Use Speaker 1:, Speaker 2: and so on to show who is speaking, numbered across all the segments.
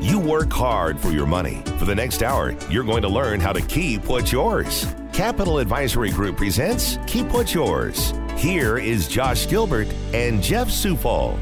Speaker 1: You work hard for your money. For the next hour, you're going to learn how to keep what's yours. Capital Advisory Group presents Keep What's Yours. Here is Josh Gilbert and Jeff Sufol.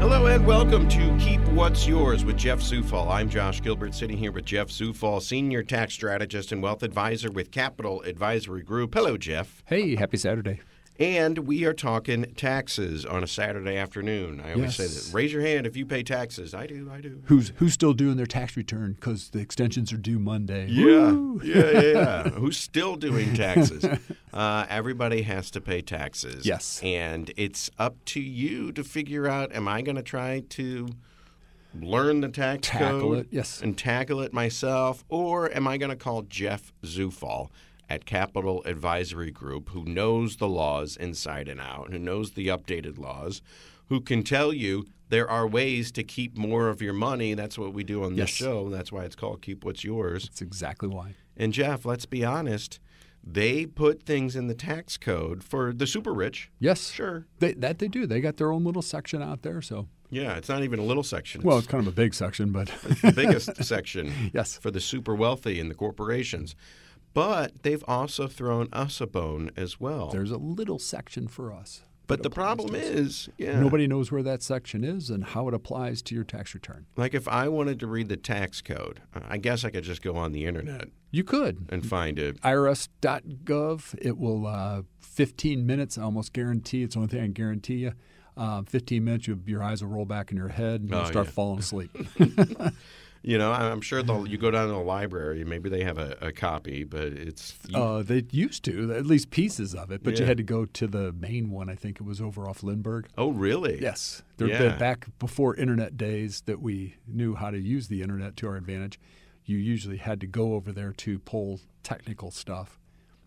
Speaker 2: Hello and welcome to Keep What's Yours with Jeff Zufall. I'm Josh Gilbert, sitting here with Jeff Zufall, Senior Tax Strategist and Wealth Advisor with Capital Advisory Group. Hello, Jeff.
Speaker 3: Hey, happy Saturday.
Speaker 2: And we are talking taxes on a Saturday afternoon. I always say
Speaker 3: Yes.
Speaker 2: that. Raise your hand if you pay taxes. I do, I do.
Speaker 3: Who's who's still doing their tax return because the extensions are due Monday?
Speaker 2: Yeah, yeah, yeah, yeah. Who's still doing taxes? Uh, everybody has to pay taxes.
Speaker 3: Yes.
Speaker 2: and it's up to you to figure out: Am I going to try to learn the tax
Speaker 3: Tackle
Speaker 2: code
Speaker 3: it, yes.
Speaker 2: and tackle it myself, or am I going to call Jeff Zufall? At Capital Advisory Group, who knows the laws inside and out, who knows the updated laws, who can tell you there are ways to keep more of your money. That's what we do on this
Speaker 3: Yes.
Speaker 2: show. That's why it's called Keep What's Yours.
Speaker 3: That's exactly why.
Speaker 2: And Jeff, let's be honest, they put things in the tax code for the super rich.
Speaker 3: Yes.
Speaker 2: Sure.
Speaker 3: They, that they do. They got their own little section out there. So,
Speaker 2: Yeah, it's not even a little section.
Speaker 3: well, it's
Speaker 2: it's
Speaker 3: kind of a big section, but
Speaker 2: the biggest section
Speaker 3: Yes.
Speaker 2: for the super wealthy and the corporations. But they've also thrown us a bone as well.
Speaker 3: there's a little section for us.
Speaker 2: but the problem is, yeah,
Speaker 3: Nobody knows where that section is and how it applies to your tax return.
Speaker 2: like if I wanted to read the tax code, I guess I could just go on the internet
Speaker 3: You could.
Speaker 2: and find it.
Speaker 3: IRS.gov, it will uh, 15 minutes, I almost guarantee. It's the only thing I can guarantee you. Um, 15 minutes, you, your eyes will roll back in your head and you'll
Speaker 2: Oh,
Speaker 3: start
Speaker 2: yeah.
Speaker 3: falling asleep.
Speaker 2: You know, I- I'm sure they'll, you go down to the library, maybe they have a, a copy, but it's you
Speaker 3: Uh, they used to, at least pieces of it, but
Speaker 2: Yeah.
Speaker 3: you had to go to the main one. I think it was over off Lindbergh.
Speaker 2: Oh, really?
Speaker 3: Yes, they're,
Speaker 2: Yeah.
Speaker 3: they're back before internet days that we knew how to use the internet to our advantage. You usually had to go over there to pull technical stuff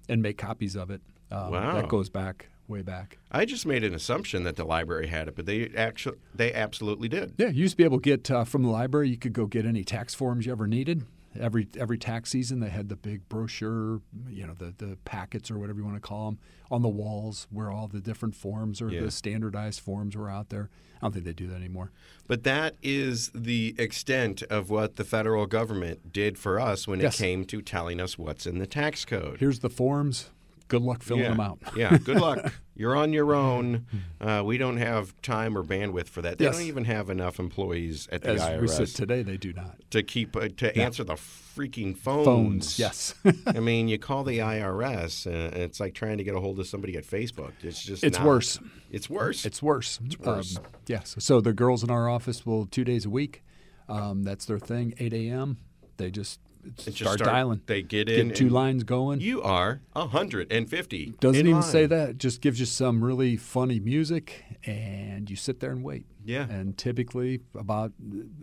Speaker 3: and make copies of it. Um,
Speaker 2: Wow.
Speaker 3: That goes back way back.
Speaker 2: I just made an assumption that the library had it, but they actually they absolutely did.
Speaker 3: Yeah, you used to be able to get uh, from the library. You could go get any tax forms you ever needed. Every every tax season, they had the big brochure, you know, the the packets or whatever you want to call them, on the walls where all the different forms or
Speaker 2: Yeah.
Speaker 3: the standardized forms were out there. I don't think they do that anymore.
Speaker 2: But that is the extent of what the federal government did for us when
Speaker 3: Yes.
Speaker 2: it came to telling us what's in the tax code.
Speaker 3: Here's the forms. Good luck filling
Speaker 2: yeah.
Speaker 3: them out.
Speaker 2: yeah, good luck. You're on your own. Uh, we don't have time or bandwidth for that. They
Speaker 3: Yes.
Speaker 2: don't even have enough employees at the
Speaker 3: As we sit
Speaker 2: IRS
Speaker 3: today, they do not.
Speaker 2: to keep uh, to answer the freaking phones.
Speaker 3: Phones, yes.
Speaker 2: I mean, you call the IRS, and it's like trying to get a hold of somebody at Facebook. It's just
Speaker 3: It's
Speaker 2: not-
Speaker 3: worse.
Speaker 2: It's worse.
Speaker 3: It's worse. It's
Speaker 2: worse.
Speaker 3: yes. Um, So the girls in our office will two days a week. Um, that's their thing. 8 a.m. They just,
Speaker 2: They just
Speaker 3: start, dialing.
Speaker 2: They get in.
Speaker 3: Get two
Speaker 2: and
Speaker 3: lines going.
Speaker 2: You are 150.
Speaker 3: Doesn't
Speaker 2: in
Speaker 3: even
Speaker 2: line.
Speaker 3: say that. It Just gives you some really funny music, and you sit there and wait.
Speaker 2: Yeah.
Speaker 3: And typically, about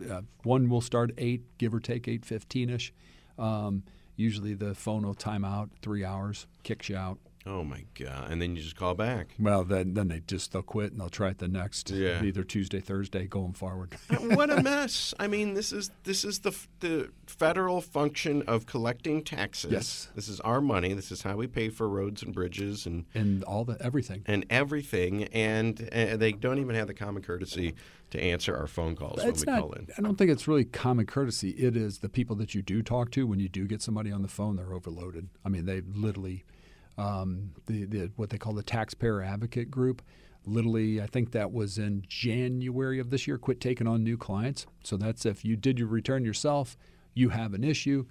Speaker 3: uh, one will start eight, give or take eight fifteen ish. Um, usually, the phone will time out three hours, kicks you out.
Speaker 2: Oh my god! And then you just call back.
Speaker 3: Well, then then they just they'll quit and they'll try it the next
Speaker 2: Yeah.
Speaker 3: either Tuesday, Thursday, going forward.
Speaker 2: what a mess! I mean, this is this is the f- the federal function of collecting taxes.
Speaker 3: Yes.
Speaker 2: This is our money. This is how we pay for roads and bridges and
Speaker 3: and all the everything.
Speaker 2: and everything. And uh, they don't even have the common courtesy to answer our phone calls when we
Speaker 3: it's not.
Speaker 2: call in.
Speaker 3: I don't think it's really common courtesy. It is the people that you do talk to. When you do get somebody on the phone, they're overloaded. I mean, they literally, um, the, the what they call the taxpayer advocate group, literally. I think that was in January of this year. Quit taking on new clients. So that's if you did your return yourself, you have an issue.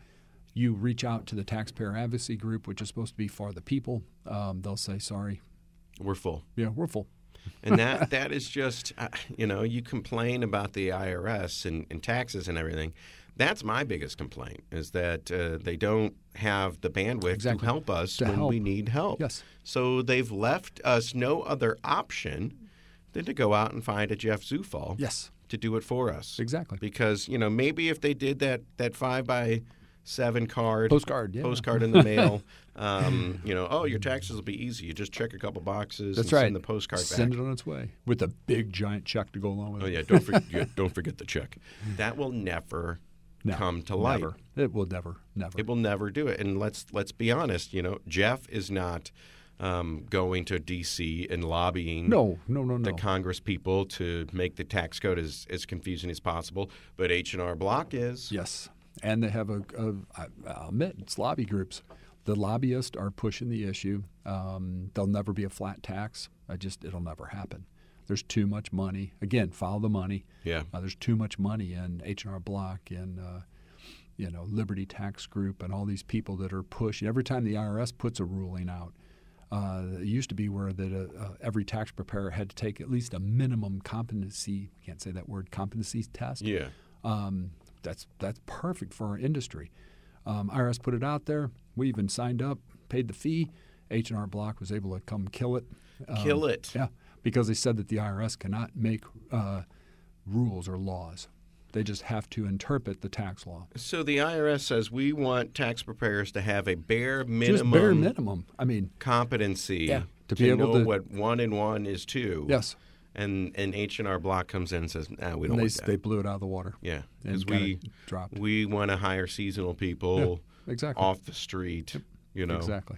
Speaker 3: You reach out to the taxpayer advocacy group, which is supposed to be for the people. Um, they'll say, "Sorry,
Speaker 2: We're full.
Speaker 3: yeah, we're full."
Speaker 2: and that that is just uh, you know you complain about the IRS and, and taxes and everything. That's my biggest complaint is that uh, they don't have the bandwidth to
Speaker 3: Exactly.
Speaker 2: help us
Speaker 3: To
Speaker 2: when we
Speaker 3: help.
Speaker 2: need help.
Speaker 3: Yes.
Speaker 2: So they've left us no other option than to go out and find a Jeff Zufall
Speaker 3: Yes,
Speaker 2: to do it for us.
Speaker 3: exactly.
Speaker 2: Because you know maybe if they did that that five by seven card,
Speaker 3: Postcard, yeah.
Speaker 2: postcard in the mail. Um, you know, oh, your taxes will be easy. You just check a couple boxes.
Speaker 3: That's
Speaker 2: and
Speaker 3: right.
Speaker 2: Send the postcard back.
Speaker 3: Send it on its way with a big giant check to go along with
Speaker 2: Oh
Speaker 3: it.
Speaker 2: yeah, don't forget, yeah, don't forget the check. That will never
Speaker 3: No,
Speaker 2: come to light.
Speaker 3: Never. It will never, never.
Speaker 2: It will never do it. And let's let's be honest. You know, Jeff is not um, going to D.C. and lobbying
Speaker 3: no, no, no,
Speaker 2: the
Speaker 3: no.
Speaker 2: Congress people to make the tax code as, as confusing as possible. But H and R Block is.
Speaker 3: Yes, and they have a, a I- I'll admit it's lobby groups. The lobbyists are pushing the issue. Um, there'll never be a flat tax. I just it'll never happen. There's too much money. Again, follow the money.
Speaker 2: Yeah.
Speaker 3: Uh, there's too much money in H and R Block and uh, you know Liberty Tax Group and all these people that are pushing. Every time the IRS puts a ruling out, uh, it used to be where that uh, uh, every tax preparer had to take at least a minimum competency. I can't say that word competency test.
Speaker 2: Yeah.
Speaker 3: Um, that's that's perfect for our industry. Um, IRS put it out there. We even signed up, paid the fee. H and R Block was able to come kill it. Um,
Speaker 2: Kill it.
Speaker 3: Yeah, because they said that the IRS cannot make uh, rules or laws. They just have to interpret the tax law.
Speaker 2: So the IRS says we want tax preparers to have a bare minimum
Speaker 3: Just bare minimum. I mean,
Speaker 2: competency
Speaker 3: Yeah,
Speaker 2: to,
Speaker 3: to be able
Speaker 2: know
Speaker 3: to-
Speaker 2: what one and one is two.
Speaker 3: yes.
Speaker 2: And and H and R Block comes in and says, "Nah, we don't
Speaker 3: And they,
Speaker 2: want
Speaker 3: s-
Speaker 2: that."
Speaker 3: they blew it out of the water.
Speaker 2: yeah,
Speaker 3: and
Speaker 2: because
Speaker 3: got
Speaker 2: we
Speaker 3: it dropped.
Speaker 2: we want to hire seasonal people
Speaker 3: exactly.
Speaker 2: off the street, you know,
Speaker 3: Exactly.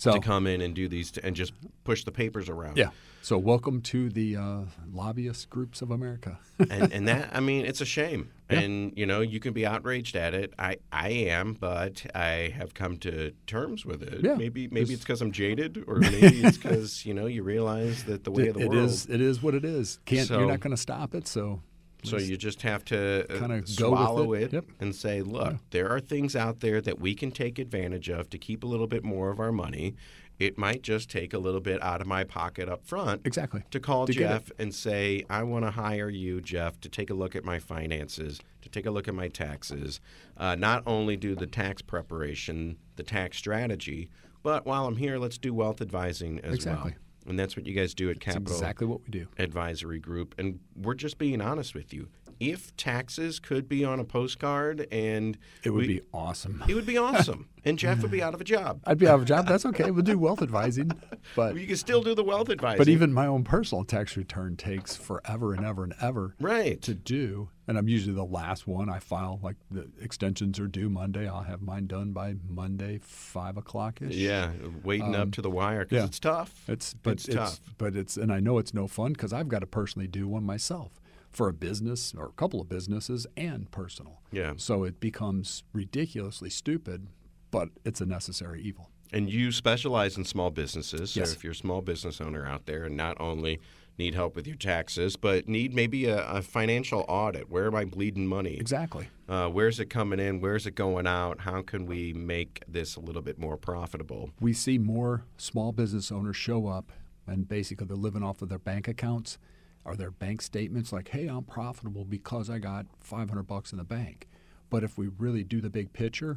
Speaker 3: So
Speaker 2: to come in and do these t- and just push the papers around.
Speaker 3: yeah. So welcome to the uh, lobbyist groups of America.
Speaker 2: and, and that I mean, it's a shame. And you know, you can be outraged at it. I, I am, but I have come to terms with it.
Speaker 3: Yeah.
Speaker 2: Maybe maybe it's because I'm jaded, or maybe it's because you know you realize that the way of the
Speaker 3: It
Speaker 2: world.
Speaker 3: is. It is what it is. Can't.
Speaker 2: So-
Speaker 3: you're not going to stop it. So.
Speaker 2: So you just have to uh,
Speaker 3: kinda go with
Speaker 2: swallow it,
Speaker 3: it. Yep.
Speaker 2: and say, look, there are things out there that we can take advantage of to keep a little bit more of our money. It might just take a little bit out of my pocket up front.
Speaker 3: Exactly.
Speaker 2: To call
Speaker 3: To get
Speaker 2: Jeff and say, I want to hire you, Jeff, to take a look at my finances, to take a look at my taxes, uh, not only do the tax preparation, the tax strategy, but while I'm here, let's do wealth advising as
Speaker 3: Exactly.
Speaker 2: well. And that's what you guys do at
Speaker 3: That's
Speaker 2: Capital
Speaker 3: exactly what we do.
Speaker 2: advisory group and we're just being honest with you if taxes could be on a postcard and
Speaker 3: It would
Speaker 2: we-
Speaker 3: be awesome.
Speaker 2: it would be awesome and jeff would be out of a job
Speaker 3: I'd be out of a job. That's okay. We'll do wealth advising, but
Speaker 2: you can still do the wealth advising
Speaker 3: but even my own personal tax return takes forever and ever and ever
Speaker 2: right
Speaker 3: to do. And I'm usually the last one I file. Like the extensions are due Monday. I'll have mine done by Monday, five o'clock ish.
Speaker 2: yeah waiting up to the wire because
Speaker 3: Um, yeah.
Speaker 2: it's tough
Speaker 3: It's but
Speaker 2: It's
Speaker 3: it's,
Speaker 2: tough.
Speaker 3: but it's and I know it's no fun because I've got to personally do one myself for a business or a couple of businesses and personal.
Speaker 2: Yeah.
Speaker 3: So it becomes ridiculously stupid, but it's a necessary evil.
Speaker 2: and you specialize in small businesses so
Speaker 3: Yes.
Speaker 2: if you're a small business owner out there and not only need help with your taxes but need maybe a, a financial audit where am i bleeding money
Speaker 3: Exactly.
Speaker 2: uh, where's it coming in where's it going out how can we make this a little bit more profitable
Speaker 3: We see more small business owners show up and basically they're living off of their bank accounts or their bank statements like, "Hey, I'm profitable because I got 500 bucks in the bank." But if we really do the big picture,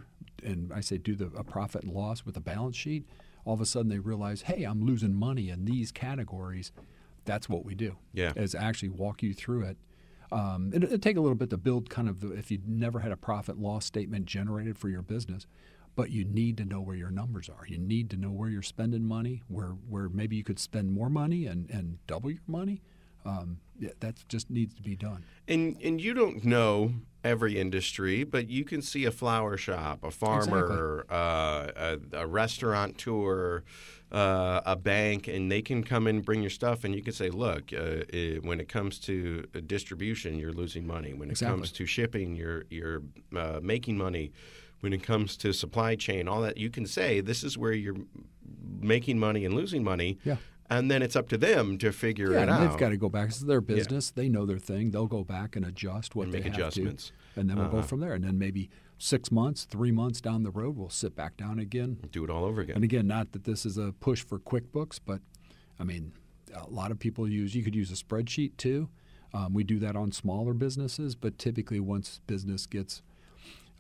Speaker 3: and I say do the a profit and loss with a balance sheet, all of a sudden they realize, "Hey, I'm losing money in these categories." That's what we do.
Speaker 2: Yeah.
Speaker 3: Is actually walk you through it. Um, it, it'd take a little bit to build kind of the, if you'd never had a profit loss statement generated for your business, but you need to know where your numbers are. You need to know where you're spending money, where, where maybe you could spend more money and, and double your money. Um, yeah, that just needs to be done.
Speaker 2: And and you don't know every industry, but you can see a flower shop, a farmer, uh, a, a restaurateur, uh, a bank, and they can come and bring your stuff, and you can say, look, uh, eh, when it comes to uh, distribution, you're losing money. When it
Speaker 3: Exactly.
Speaker 2: comes to shipping, you're you're uh, making money. When it comes to supply chain, all that you can say, this is where you're making money and losing money.
Speaker 3: Yeah.
Speaker 2: And then it's up to them to figure
Speaker 3: Yeah,
Speaker 2: it
Speaker 3: and
Speaker 2: out.
Speaker 3: they've got to go back. It's their business. They know their thing. They'll go back and adjust what
Speaker 2: And
Speaker 3: they
Speaker 2: make
Speaker 3: have to.
Speaker 2: adjustments. Uh-huh.
Speaker 3: and then we'll go from there. And then maybe six months, three months down the road, we'll sit back down again.
Speaker 2: Do it all over again.
Speaker 3: And again, not that this is a push for QuickBooks, but I mean, a lot of people use. You could use a spreadsheet too. Um, we do that on smaller businesses, but typically once business gets,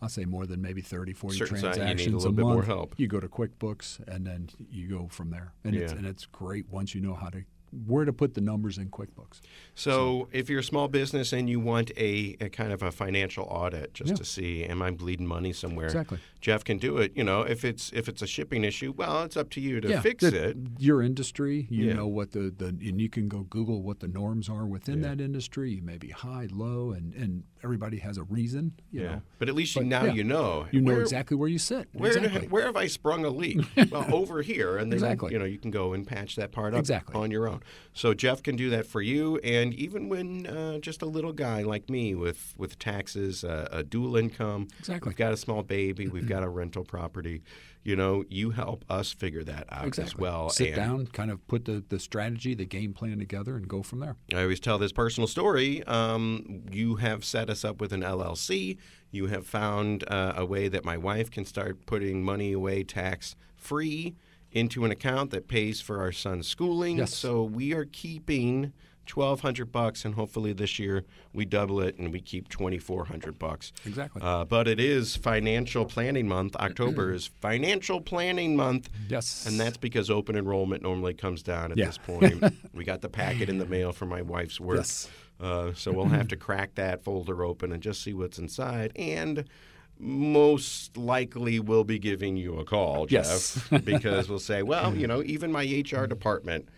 Speaker 3: I'll say more than maybe 30, 40
Speaker 2: Certain size, you need a
Speaker 3: transactions
Speaker 2: little
Speaker 3: a
Speaker 2: bit more
Speaker 3: month,
Speaker 2: help.
Speaker 3: You go to QuickBooks and then you go from there, and it's
Speaker 2: Yeah.
Speaker 3: and it's great once you know how to where to put the numbers in QuickBooks.
Speaker 2: So, if you're a small business and you want a, a kind of a financial audit just
Speaker 3: Yeah.
Speaker 2: to see am I bleeding money somewhere,
Speaker 3: Exactly.
Speaker 2: Jeff can do it. You know, if it's if it's a shipping issue, well, it's up to you to fix
Speaker 3: that-
Speaker 2: it.
Speaker 3: Your industry, you
Speaker 2: Yeah.
Speaker 3: know what the, the and you can go Google what the norms are within that industry. You may be high, low, and and everybody has a reason. You
Speaker 2: Yeah.
Speaker 3: know,
Speaker 2: But at least you
Speaker 3: But,
Speaker 2: now
Speaker 3: yeah.
Speaker 2: you know.
Speaker 3: you know
Speaker 2: Where-
Speaker 3: exactly where you sit.
Speaker 2: Where,
Speaker 3: exactly.
Speaker 2: where have I sprung a leak? well, over here, and then
Speaker 3: Exactly.
Speaker 2: you know you can go and patch that part up
Speaker 3: Exactly.
Speaker 2: on your own. So Jeff can do that for you, and even when uh, just a little guy like me with with taxes, uh, a dual income,
Speaker 3: Exactly.
Speaker 2: we've got a small baby, we've got a rental property, you know, you help us figure that out as
Speaker 3: exactly.
Speaker 2: well.
Speaker 3: Sit
Speaker 2: and
Speaker 3: down, kind of put the, the strategy, the game plan together, and go from there.
Speaker 2: I always tell this personal story. Um, you have set us up with an LLC. You have found uh, a way that my wife can start putting money away tax free into an account that pays for our son's schooling.
Speaker 3: Yes.
Speaker 2: So we are keeping twelve hundred bucks, and hopefully this year we double it and we keep twenty four hundred bucks.
Speaker 3: Exactly.
Speaker 2: Uh, but it is financial planning month. October is financial planning month.
Speaker 3: Yes.
Speaker 2: And that's because open enrollment normally comes down at
Speaker 3: Yeah.
Speaker 2: this point. we got the packet in the mail from my wife's work.
Speaker 3: Yes.
Speaker 2: Uh, so we'll have to crack that folder open and just see what's inside. And most likely we'll be giving you a call,
Speaker 3: Yes.
Speaker 2: Jeff, because we'll say, well, you know, even my HR department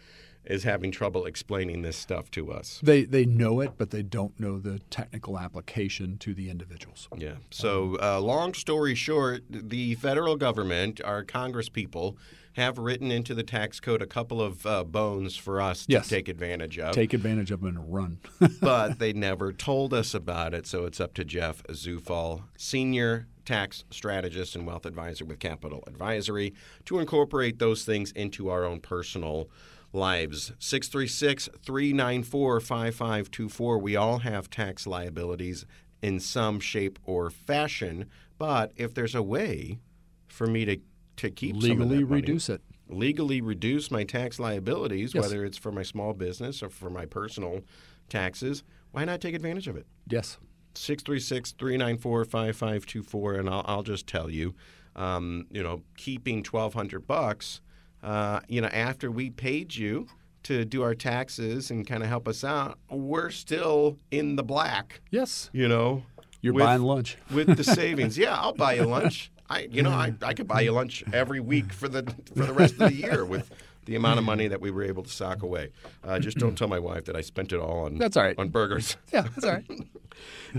Speaker 2: is having trouble explaining this stuff to us.
Speaker 3: They they know it, but they don't know the technical application to the individuals.
Speaker 2: Yeah. So, uh, long story short, the federal government, our congresspeople, have written into the tax code a couple of uh, bones for us to
Speaker 3: Yes.
Speaker 2: take advantage of,
Speaker 3: Take advantage of them and run.
Speaker 2: but they never told us about it. So, it's up to Jeff Zufall, senior tax strategist and wealth advisor with Capital Advisory, to incorporate those things into our own personal lives. 636 394 5524. We all have tax liabilities in some shape or fashion. But if there's a way for me to to keep some of
Speaker 3: Legally
Speaker 2: that money-
Speaker 3: reduce it.
Speaker 2: legally reduce my tax liabilities,
Speaker 3: Yes.
Speaker 2: whether it's for my small business or for my personal taxes, why not take advantage of it?
Speaker 3: Yes.
Speaker 2: 636 394 5524 and I'll, I'll just tell you um, you know keeping 1200 bucks uh, you know after we paid you to do our taxes and kind of help us out we're still in the black
Speaker 3: Yes.
Speaker 2: you know
Speaker 3: You're
Speaker 2: with-
Speaker 3: buying lunch.
Speaker 2: with the savings yeah i'll buy you lunch i you know I, I could buy you lunch every week for the for the rest of the year with the amount of money that we were able to sock away uh, just don't tell my wife that i spent it all on
Speaker 3: That's all right.
Speaker 2: on burgers
Speaker 3: Yeah, that's all right.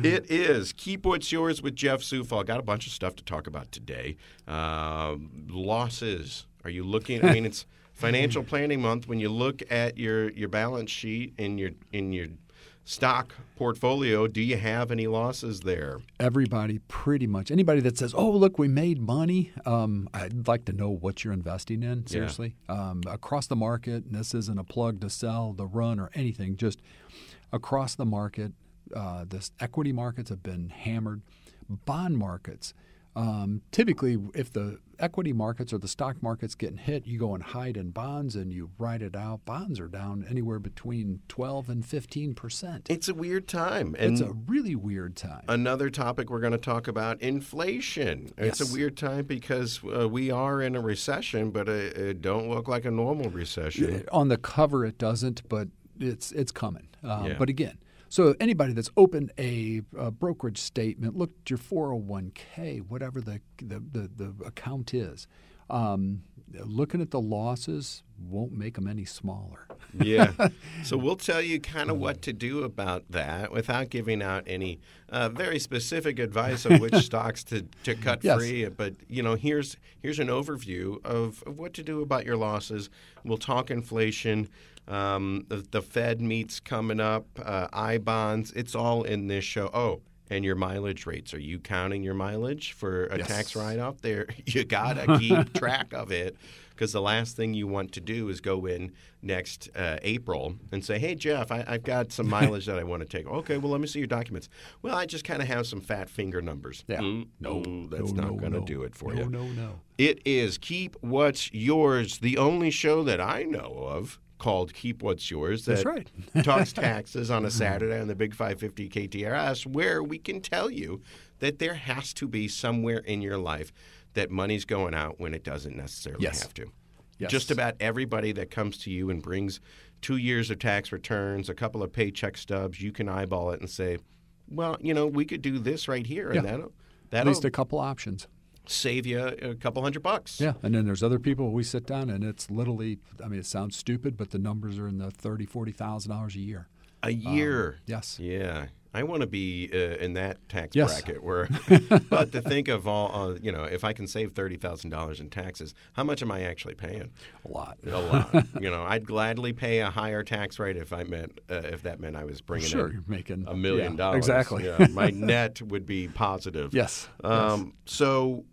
Speaker 2: it is. Keep what's yours with Jeff Sufal. Got a bunch of stuff to talk about today. Um losses. Are you looking? I mean, it's financial planning month. When you look at your, your balance sheet and your in your stock portfolio, do you have any losses there?
Speaker 3: Everybody, pretty much anybody that says, "Oh, look, we made money," um, I'd like to know what you're investing in. Seriously, um, across the market, and this isn't a plug to sell, the run, or anything. Just across the market, uh, this equity markets have been hammered. Bond markets, um, typically, if the equity markets or the stock markets getting hit, you go and hide in bonds and you ride it out. Bonds are down anywhere between twelve and fifteen percent.
Speaker 2: It's a weird time. And
Speaker 3: It's a really weird time.
Speaker 2: another topic we're going to talk about inflation. It's
Speaker 3: Yes.
Speaker 2: a weird time because uh, we are in a recession, but it, it don't look like a normal recession.
Speaker 3: It- on the cover it doesn't, but it's it's coming. Um,
Speaker 2: Yeah.
Speaker 3: But again, so anybody that's opened a, uh brokerage statement, looked at your 401k, whatever the the, the, the account is, um, looking at the losses won't make them any smaller.
Speaker 2: yeah. So we'll tell you kind of what to do about that without giving out any uh, very specific advice of which stocks to, to cut
Speaker 3: Yes.
Speaker 2: free. But you know, here's here's an overview of, of what to do about your losses. We'll talk inflation. Um, the, the Fed meets coming up. Uh, I bonds. It's all in this show. Oh. And your mileage rates. Are you counting your mileage for a tax
Speaker 3: Yes.
Speaker 2: write off? There, you gotta keep track of it because the last thing you want to do is go in next uh, April and say, "Hey Jeff, I, I've got some mileage that I want to take." Okay, well let me see your documents. Well, I just kind of have some fat finger numbers.
Speaker 3: Yeah.
Speaker 2: no, that's not going to do it for
Speaker 3: no,
Speaker 2: you.
Speaker 3: No, no,
Speaker 2: It is Keep What's Yours, the only show that I know of called Keep What's Yours that
Speaker 3: That's right. Mm-hmm.
Speaker 2: talks taxes on a Saturday on the Big 550 KTRS, where we can tell you that there has to be somewhere in your life that money's going out when it doesn't necessarily
Speaker 3: Yes.
Speaker 2: have to.
Speaker 3: Yes.
Speaker 2: Just about everybody that comes to you and brings two years of tax returns, a couple of paycheck stubs, you can eyeball it and say, well, you know, we could do this right here,
Speaker 3: Yeah.
Speaker 2: and that'll,
Speaker 3: At
Speaker 2: that'll
Speaker 3: least a couple options.
Speaker 2: save you a couple hundred bucks.
Speaker 3: Yeah, and then there's other people we sit down and it's literally. I mean, it sounds stupid, but the numbers are in the thirty, forty thousand dollars a year.
Speaker 2: A year.
Speaker 3: Um, Yes.
Speaker 2: Yeah, I want to be uh, in that tax
Speaker 3: Yes.
Speaker 2: bracket where. but to think of all, uh, you know, if I can save thirty thousand dollars in taxes, how much am I actually paying?
Speaker 3: A lot.
Speaker 2: A lot. you know, I'd gladly pay a higher tax rate if I meant uh, if that meant I was bringing
Speaker 3: Sure,
Speaker 2: in
Speaker 3: you're making
Speaker 2: a million
Speaker 3: yeah,
Speaker 2: dollars.
Speaker 3: Exactly.
Speaker 2: Yeah, my net would be positive.
Speaker 3: Yes.
Speaker 2: Um, So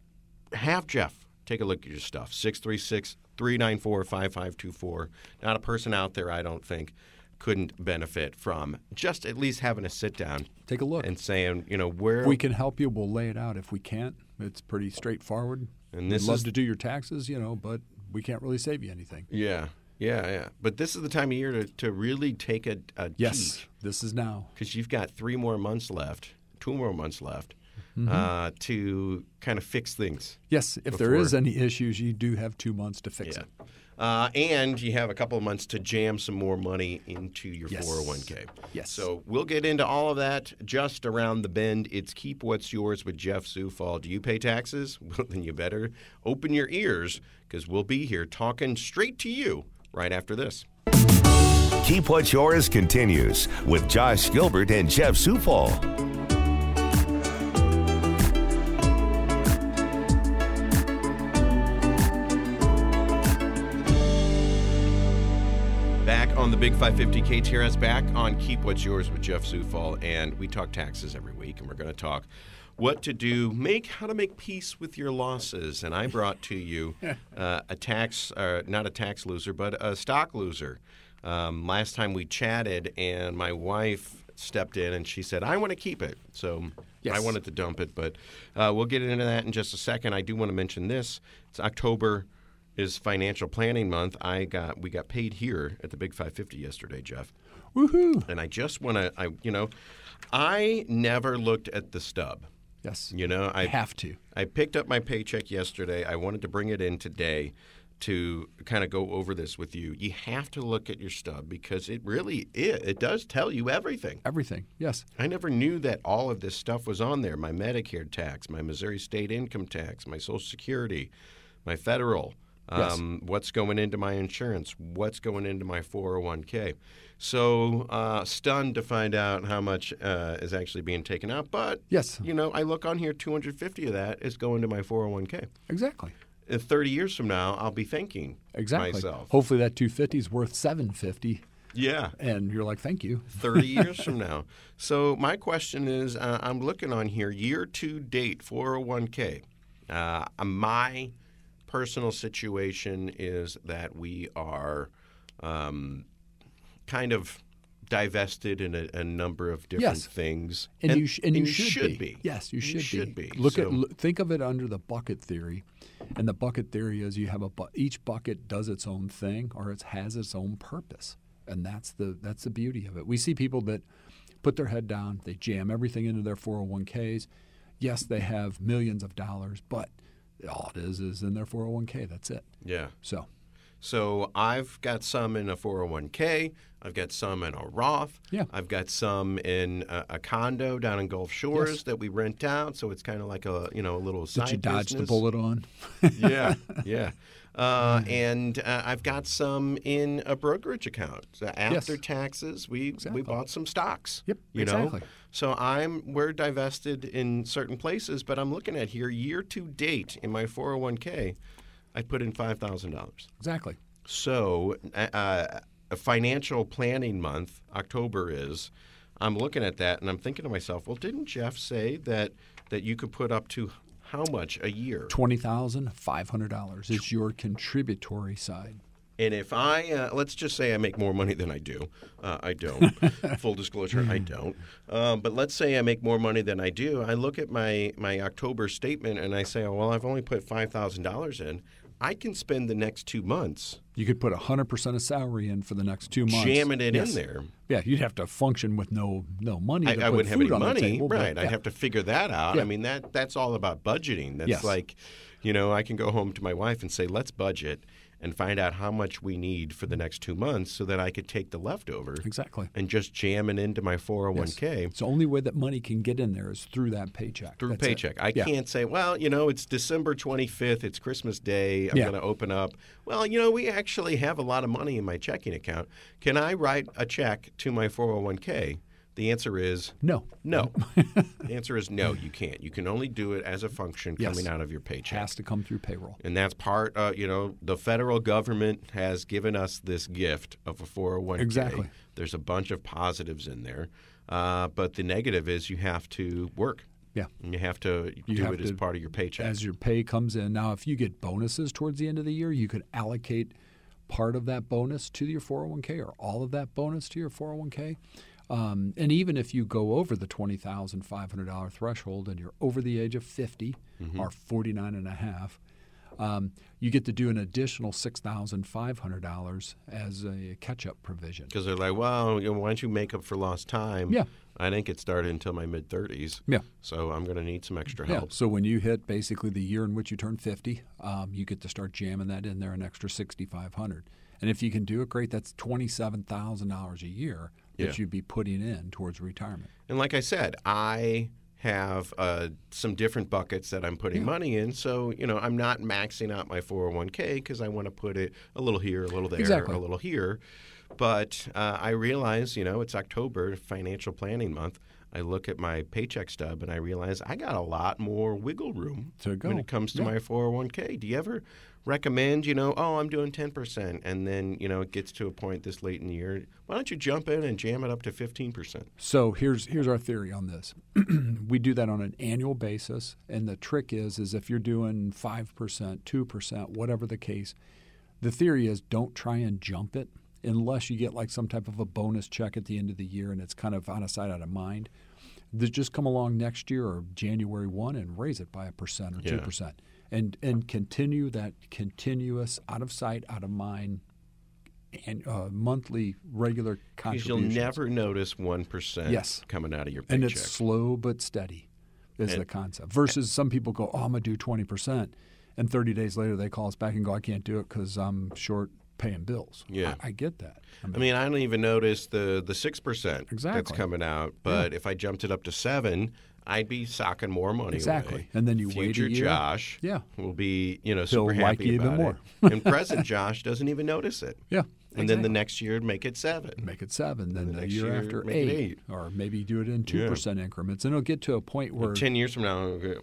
Speaker 2: have Jeff take a look at your stuff. 636 394 5524. Not a person out there, I don't think, couldn't benefit from just at least having a sit down
Speaker 3: Take a look.
Speaker 2: and saying, you know, where
Speaker 3: If we can help you, we'll lay it out. If we can't, it's pretty straightforward.
Speaker 2: And this
Speaker 3: We'd love
Speaker 2: is-
Speaker 3: to do your taxes, you know, but we can't really save you anything.
Speaker 2: Yeah, yeah, yeah. But this is the time of year to, to really take a, a
Speaker 3: Yes, this is now.
Speaker 2: because you've got three more months left, two more months left
Speaker 3: Mm-hmm.
Speaker 2: uh, to kind of fix things.
Speaker 3: Yes, if there is any issues, you do have two months to fix it.
Speaker 2: Uh, and you have a couple of months to jam some more money into your
Speaker 3: Yes.
Speaker 2: 401k.
Speaker 3: Yes.
Speaker 2: So we'll get into all of that just around the bend. It's Keep What's Yours with Jeff Zufall. Do you pay taxes? Well, then you better open your ears because we'll be here talking straight to you right after this.
Speaker 1: Keep What's Yours continues with Josh Gilbert and Jeff Supal.
Speaker 2: Back on the Big 550 KTRS, back on Keep What's Yours with Jeff Zufall, and we talk taxes every week, and we're going to talk what to do, make how to make peace with your losses. And I brought to you uh, a tax, uh, not a tax loser, but a stock loser. Um, last time we chatted, and my wife stepped in and she said, "I want to keep it," so I
Speaker 3: Yes.
Speaker 2: wanted to dump it, but uh, we'll get into that in just a second. I do want to mention this: it's October is financial planning month. I got we got paid here at the Big 550 yesterday, Jeff,
Speaker 3: Woohoo!
Speaker 2: and I just want to I you know I never looked at the stub.
Speaker 3: Yes,
Speaker 2: You know I
Speaker 3: you have to.
Speaker 2: I picked up my paycheck yesterday. I wanted to bring it in today to kind of go over this with you. You have to look at your stub because it really it, it does tell you everything.
Speaker 3: Everything. Yes.
Speaker 2: I never knew that all of this stuff was on there my Medicare tax, my Missouri state income tax, my Social Security, my federal, um, what's going into my insurance, what's going into my 401k. So uh, stunned to find out how much uh, is actually being taken out. But,
Speaker 3: Yes.
Speaker 2: you know, I look on here, 250 of that is going to my 401k.
Speaker 3: Exactly.
Speaker 2: In 30 Uh, years from now, I'll be thanking
Speaker 3: Exactly.
Speaker 2: myself.
Speaker 3: Hopefully that 250 is worth 750
Speaker 2: Yeah.
Speaker 3: and you're like, "Thank you."
Speaker 2: 30 years from now. So my question is, uh, I'm looking on here, year to date 401k. Uh, my personal situation is that we are um, kind of divested in a, a number of different
Speaker 3: Yes.
Speaker 2: things,
Speaker 3: And, you sh- and you, should,
Speaker 2: should
Speaker 3: be. Yes, you should,
Speaker 2: should be.
Speaker 3: Look
Speaker 2: So-
Speaker 3: at look, think of it under the bucket theory, and the bucket theory is you have a bu- each bucket does its own thing or it has its own purpose, and that's the that's the beauty of it. We see people that put their head down, they jam everything into their 401ks. Yes, they have millions of dollars, but all it is is in their 401k. That's it.
Speaker 2: Yeah.
Speaker 3: So
Speaker 2: So I've got some in a 401k. I've got some in a Roth.
Speaker 3: Yeah.
Speaker 2: I've got some in a, a condo down in Gulf Shores that we rent out. So it's kind of like a you know a little
Speaker 3: did
Speaker 2: side
Speaker 3: you dodge the
Speaker 2: business.
Speaker 3: bullet Mm. on?
Speaker 2: yeah, yeah. Uh, and uh, I've got some in a brokerage account. So after taxes, we we bought some stocks.
Speaker 3: Yep,
Speaker 2: you
Speaker 3: exactly.
Speaker 2: Know? So I'm we're divested in certain places, but I'm looking at here year to date in my 401k, I put in five thousand dollars.
Speaker 3: exactly.
Speaker 2: So, uh, uh, a financial planning month, October is. I'm looking at that and I'm thinking to myself, well, didn't Jeff say that that you could put up to how much a year?
Speaker 3: Twenty thousand five hundred dollars is your contributory side.
Speaker 2: And if I uh, let's just say I make more money than I do, uh, I don't. Full disclosure, I don't. Um, but let's say I make more money than I do. I look at my my October statement and I say, oh, well, I've only put five thousand dollars in. I can spend the next two months
Speaker 3: You could put 100% of salary in for the next two months.
Speaker 2: jamming it in
Speaker 3: Yes.
Speaker 2: there.
Speaker 3: Yeah, you'd have to function with no no money. to
Speaker 2: I, I
Speaker 3: put
Speaker 2: wouldn't have
Speaker 3: food
Speaker 2: any
Speaker 3: on the
Speaker 2: money,
Speaker 3: table, but-
Speaker 2: right? I'd
Speaker 3: yeah.
Speaker 2: have to figure that out.
Speaker 3: Yeah.
Speaker 2: I mean, that that's all about budgeting. That's
Speaker 3: Yes.
Speaker 2: like, you know, I can go home to my wife and say, "Let's budget," and find out how much we need for the next two months so that I could take the leftover
Speaker 3: Exactly.
Speaker 2: and just jam it into my 401k.
Speaker 3: It's the only way that money can get in there is through that paycheck.
Speaker 2: Through
Speaker 3: That's it.
Speaker 2: paycheck. I
Speaker 3: Yeah.
Speaker 2: can't say, well, you know, it's December 25th, it's Christmas Day, I'm
Speaker 3: Yeah.
Speaker 2: going to open up. Well, you know, we actually have a lot of money in my checking account. Can I write a check to my 401k? The answer is
Speaker 3: No.
Speaker 2: no. the answer is no, you can't. You can only do it as a function
Speaker 3: Yes.
Speaker 2: coming out of your paycheck.
Speaker 3: Has to come through payroll.
Speaker 2: And that's part, uh, you know, the federal government has given us this gift of a 401k.
Speaker 3: Exactly.
Speaker 2: There's a bunch of positives in there. Uh, but the negative is you have to work.
Speaker 3: Yeah.
Speaker 2: And you have to do
Speaker 3: have
Speaker 2: it as
Speaker 3: to-
Speaker 2: part of your paycheck.
Speaker 3: As your pay comes in. Now, if you get bonuses towards the end of the year, you could allocate part of that bonus to your 401k or all of that bonus to your 401k. Um, and even if you go over the $20,500 threshold and you're over the age of 50 or 49 and a half, um, you get to do an additional $6,500 as a catch up provision.
Speaker 2: Because they're like, well, you know, why don't you make up for lost time?
Speaker 3: Yeah.
Speaker 2: I didn't get started until my mid 30s.
Speaker 3: Yeah.
Speaker 2: So I'm going to need some extra
Speaker 3: Yeah.
Speaker 2: help.
Speaker 3: So when you hit basically the year in which you turn 50, um, you get to start jamming that in there an extra 6,500. And if you can do it, great. That's $27,000 a year that
Speaker 2: Yeah.
Speaker 3: you'd be putting in towards retirement.
Speaker 2: And like I said, I have uh, some different buckets that I'm putting money in. So, you know, I'm not maxing out my 401k because I want to put it a little here, a little there,
Speaker 3: Exactly.
Speaker 2: a little here. But uh, I realize, you know, it's October, financial planning month. I look at my paycheck stub and I realize I got a lot more wiggle room
Speaker 3: To go.
Speaker 2: when it comes to my 401k. Do you ever recommend, you know, oh, I'm doing 10%, and then, you know, it gets to a point this late in the year. Why don't you jump in and jam it up to 15%?
Speaker 3: So here's here's our theory on this. we do that on an annual basis, and the trick is is if you're doing five percent, two percent, whatever the case, the theory is don't try and jump it unless you get like some type of a bonus check at the end of the year and it's kind of out of sight, out of mind. Th- Just come along next year or January one and raise it by a percent or two percent, and and continue that continuous out of sight, out of mind, and uh, monthly regular
Speaker 2: Because you'll
Speaker 3: contribution.
Speaker 2: never notice 1%
Speaker 3: Yes.
Speaker 2: coming out of your paycheck.
Speaker 3: And it's slow but steady is the concept. Versus some people go, oh, I'm going to do 20%. And 30 days later, they call us back and go, I can't do it because I'm short paying bills.
Speaker 2: Yeah.
Speaker 3: I, I get that. I mean,
Speaker 2: I mean, I don't even notice the, the 6% that's
Speaker 3: Exactly.
Speaker 2: coming out, but if I jumped it up to 7 I'd be socking more money
Speaker 3: Exactly.
Speaker 2: away.
Speaker 3: And then you wait a
Speaker 2: Future
Speaker 3: year.
Speaker 2: Josh
Speaker 3: Yeah.
Speaker 2: will be, you know,
Speaker 3: He'll
Speaker 2: super
Speaker 3: like
Speaker 2: happy
Speaker 3: you even
Speaker 2: about
Speaker 3: more.
Speaker 2: it. and present Josh doesn't even notice it.
Speaker 3: yeah.
Speaker 2: And then the next year, make it 7
Speaker 3: make it seven, then the,
Speaker 2: next
Speaker 3: year,
Speaker 2: year,
Speaker 3: after
Speaker 2: make it
Speaker 3: eight,
Speaker 2: eight.
Speaker 3: or maybe do it in 2% increments. And it'll get to a point where.
Speaker 2: 10 years from now, I'll go,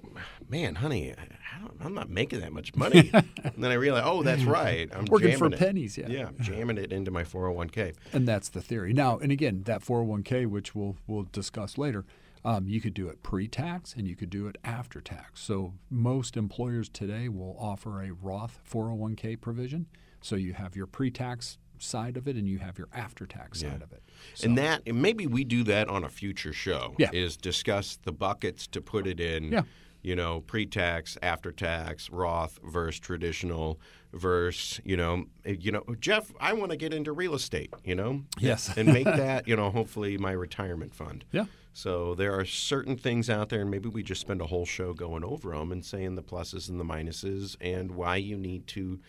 Speaker 2: man, honey, I don't, I'm not making that much money. and then I realize, oh, that's right. I'm
Speaker 3: Working for
Speaker 2: jamming it.
Speaker 3: pennies, yeah.
Speaker 2: Yeah, I'm jamming it into my 401k.
Speaker 3: And that's the theory. Now, and again, that 401k, which we'll we'll discuss later, um, you could do it pre-tax and you could do it after tax. So most employers today will offer a Roth 401k provision. So you have your pre-tax side of it and you have your after-tax side of it.
Speaker 2: And that and maybe we do that on a future show.
Speaker 3: Yeah.
Speaker 2: Is discuss the buckets to put it in.
Speaker 3: Yeah.
Speaker 2: You know, pre-tax, after-tax, Roth versus traditional versus you know, eh, you know, Jeff, I want to get into real estate. You know.
Speaker 3: Yes.
Speaker 2: and make that you know hopefully my retirement fund.
Speaker 3: Yeah.
Speaker 2: So there are certain things out there, and maybe we just spend a whole show going over them and saying the pluses and the minuses and why you need to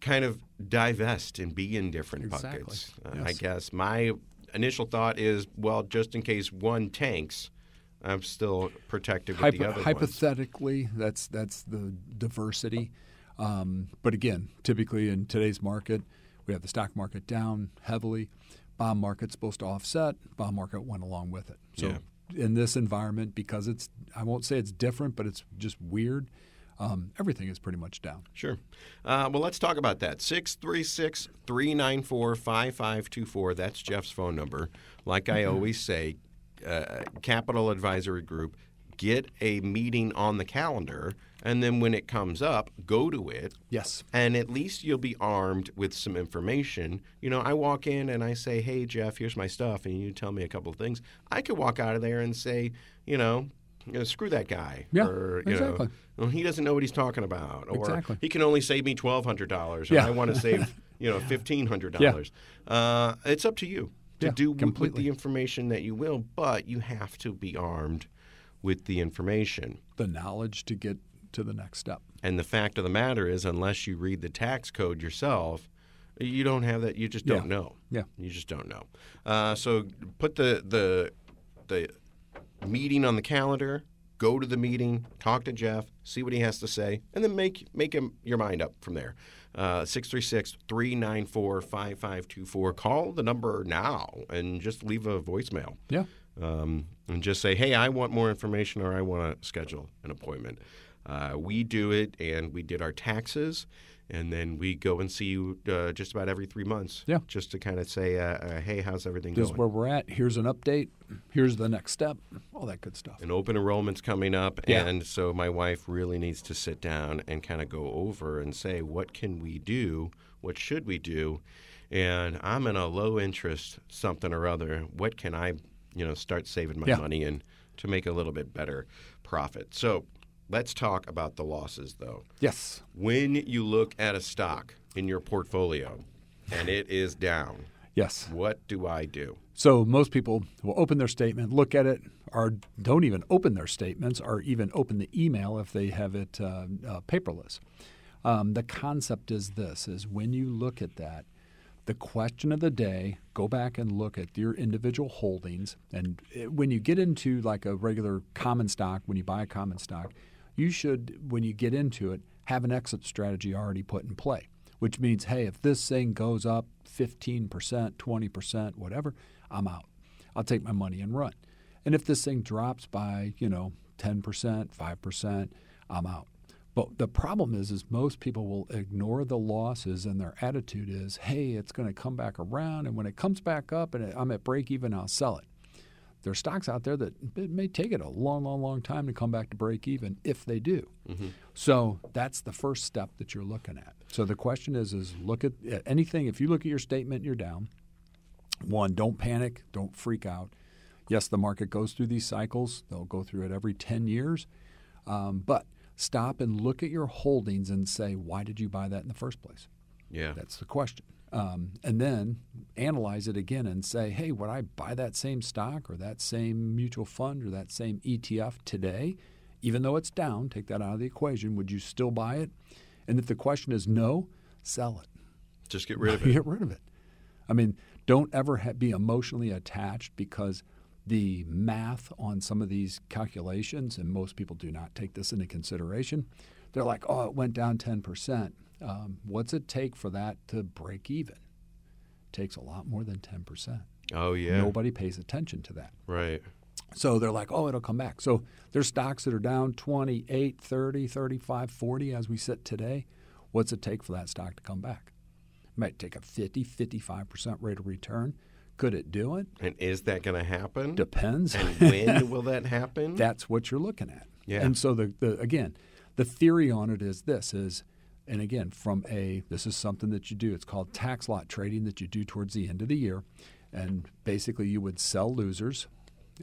Speaker 2: kind of divest and be in different
Speaker 3: Exactly.
Speaker 2: buckets. Uh, I guess my initial thought is, well, just in case one tanks, I'm still protected with the
Speaker 3: Hypo-
Speaker 2: other ones.
Speaker 3: hypothetically, that's that's the diversity. Um, but again, typically in today's market, we have the stock market down heavily. Bond market's supposed to offset. Bond market went along with it. So in this environment, because it's I won't say it's different, but it's just weird. Um, everything is pretty much down.
Speaker 2: Sure. Uh, well, let's talk about that. 636 394 5524. That's Jeff's phone number. Like I always say, uh, Capital Advisory Group, get a meeting on the calendar, and then when it comes up, go to it.
Speaker 3: Yes.
Speaker 2: And at least you'll be armed with some information. You know, I walk in and I say, hey, Jeff, here's my stuff, and you tell me a couple of things. I could walk out of there and say, you know, you know, screw that guy.
Speaker 3: Yeah,
Speaker 2: or, you
Speaker 3: exactly.
Speaker 2: know, well, he doesn't know what he's talking about, or
Speaker 3: Exactly.
Speaker 2: he can only save me twelve hundred dollars, and
Speaker 3: Yeah.
Speaker 2: I want to save you know fifteen hundred dollars. Uh, it's up to you to
Speaker 3: Yeah,
Speaker 2: do w- with
Speaker 3: completely.
Speaker 2: the information that you will, but you have to be armed with the information.
Speaker 3: The knowledge to get to the next step.
Speaker 2: And the fact of the matter is, unless you read the tax code yourself, you don't have that. You just don't
Speaker 3: Yeah.
Speaker 2: know.
Speaker 3: Yeah.
Speaker 2: You just don't know. Uh, so put the the the meeting on the calendar. Go to the meeting, talk to Jeff, see what he has to say, and then make make him your mind up from there. Uh, 636 394 5524. Call the number now and just leave a voicemail
Speaker 3: Yeah.
Speaker 2: um, and just say, hey, I want more information or I want to schedule an appointment. Uh, we do it and we did our taxes. And then we go and see you uh, just about every three months.
Speaker 3: Yeah.
Speaker 2: Just to kind of say, uh, uh, hey, how's everything
Speaker 3: This is
Speaker 2: going?
Speaker 3: where we're at. Here's an update. Here's the next step. All that good stuff.
Speaker 2: and open enrollment's coming up.
Speaker 3: Yeah.
Speaker 2: And so my wife really needs to sit down and kind of go over and say, what can we do? What should we do? And I'm in a low interest something or other. What can I, you know, start saving my
Speaker 3: Yeah.
Speaker 2: money in to make a little bit better profit? So let's talk about the losses though.
Speaker 3: Yes.
Speaker 2: When you look at a stock in your portfolio and it is down,
Speaker 3: Yes.
Speaker 2: what do I do?
Speaker 3: So most people will open their statement, look at it, or don't even open their statements, or even open the email if they have it uh, uh, paperless. Um, the concept is this: is when you look at that, the question of the day, go back and look at your individual holdings, and uh, when you get into like a regular common stock, when you buy a common stock, you should, when you get into it, have an exit strategy already put in play which means, hey, if this thing goes up 15%, 20%, whatever, I'm out. I'll take my money and run. And if this thing drops by, you know, 10%, 5%, I'm out. But the problem is, is most people will ignore the losses and their attitude is, hey, it's going to come back around. And when it comes back up and I'm at break even, I'll sell it. There are stocks out there that it may take it a long, long, long time to come back to break even if they do. So that's the first step that you're looking at. So the question is, is look at at anything. If you look at your statement, you're down. One, don't panic. Don't freak out. Yes, the market goes through these cycles. They'll go through it every 10 years. Um, but stop and look at your holdings and say, why did you buy that in the first place?
Speaker 2: Yeah.
Speaker 3: That's the question. Um, and then analyze it again and say, hey, would I buy that same stock or that same mutual fund or that same ETF today? Even though it's down, take that out of the equation. Would you still buy it? And if the question is no, sell it.
Speaker 2: Just get rid of it.
Speaker 3: Get rid of it. I mean, don't ever ha- be emotionally attached because the math on some of these calculations, and most people do not take this into consideration, they're like, oh, it went down 10%. Um, what's it take for that to break even? takes a lot more than 10%.
Speaker 2: Oh, yeah.
Speaker 3: Nobody pays attention to that.
Speaker 2: Right.
Speaker 3: So they're like, oh, it'll come back. So there's stocks that are down 28, 30, 35, 40 as we sit today. What's it take for that stock to come back? It might take a 50, 55% rate of return. Could it do it?
Speaker 2: And is that going to happen?
Speaker 3: Depends.
Speaker 2: and when will that happen?
Speaker 3: That's what you're looking at.
Speaker 2: Yeah.
Speaker 3: And so the, the again, the theory on it is this is and again from a this is something that you do. It's called tax lot trading that you do towards the end of the year. And basically you would sell losers.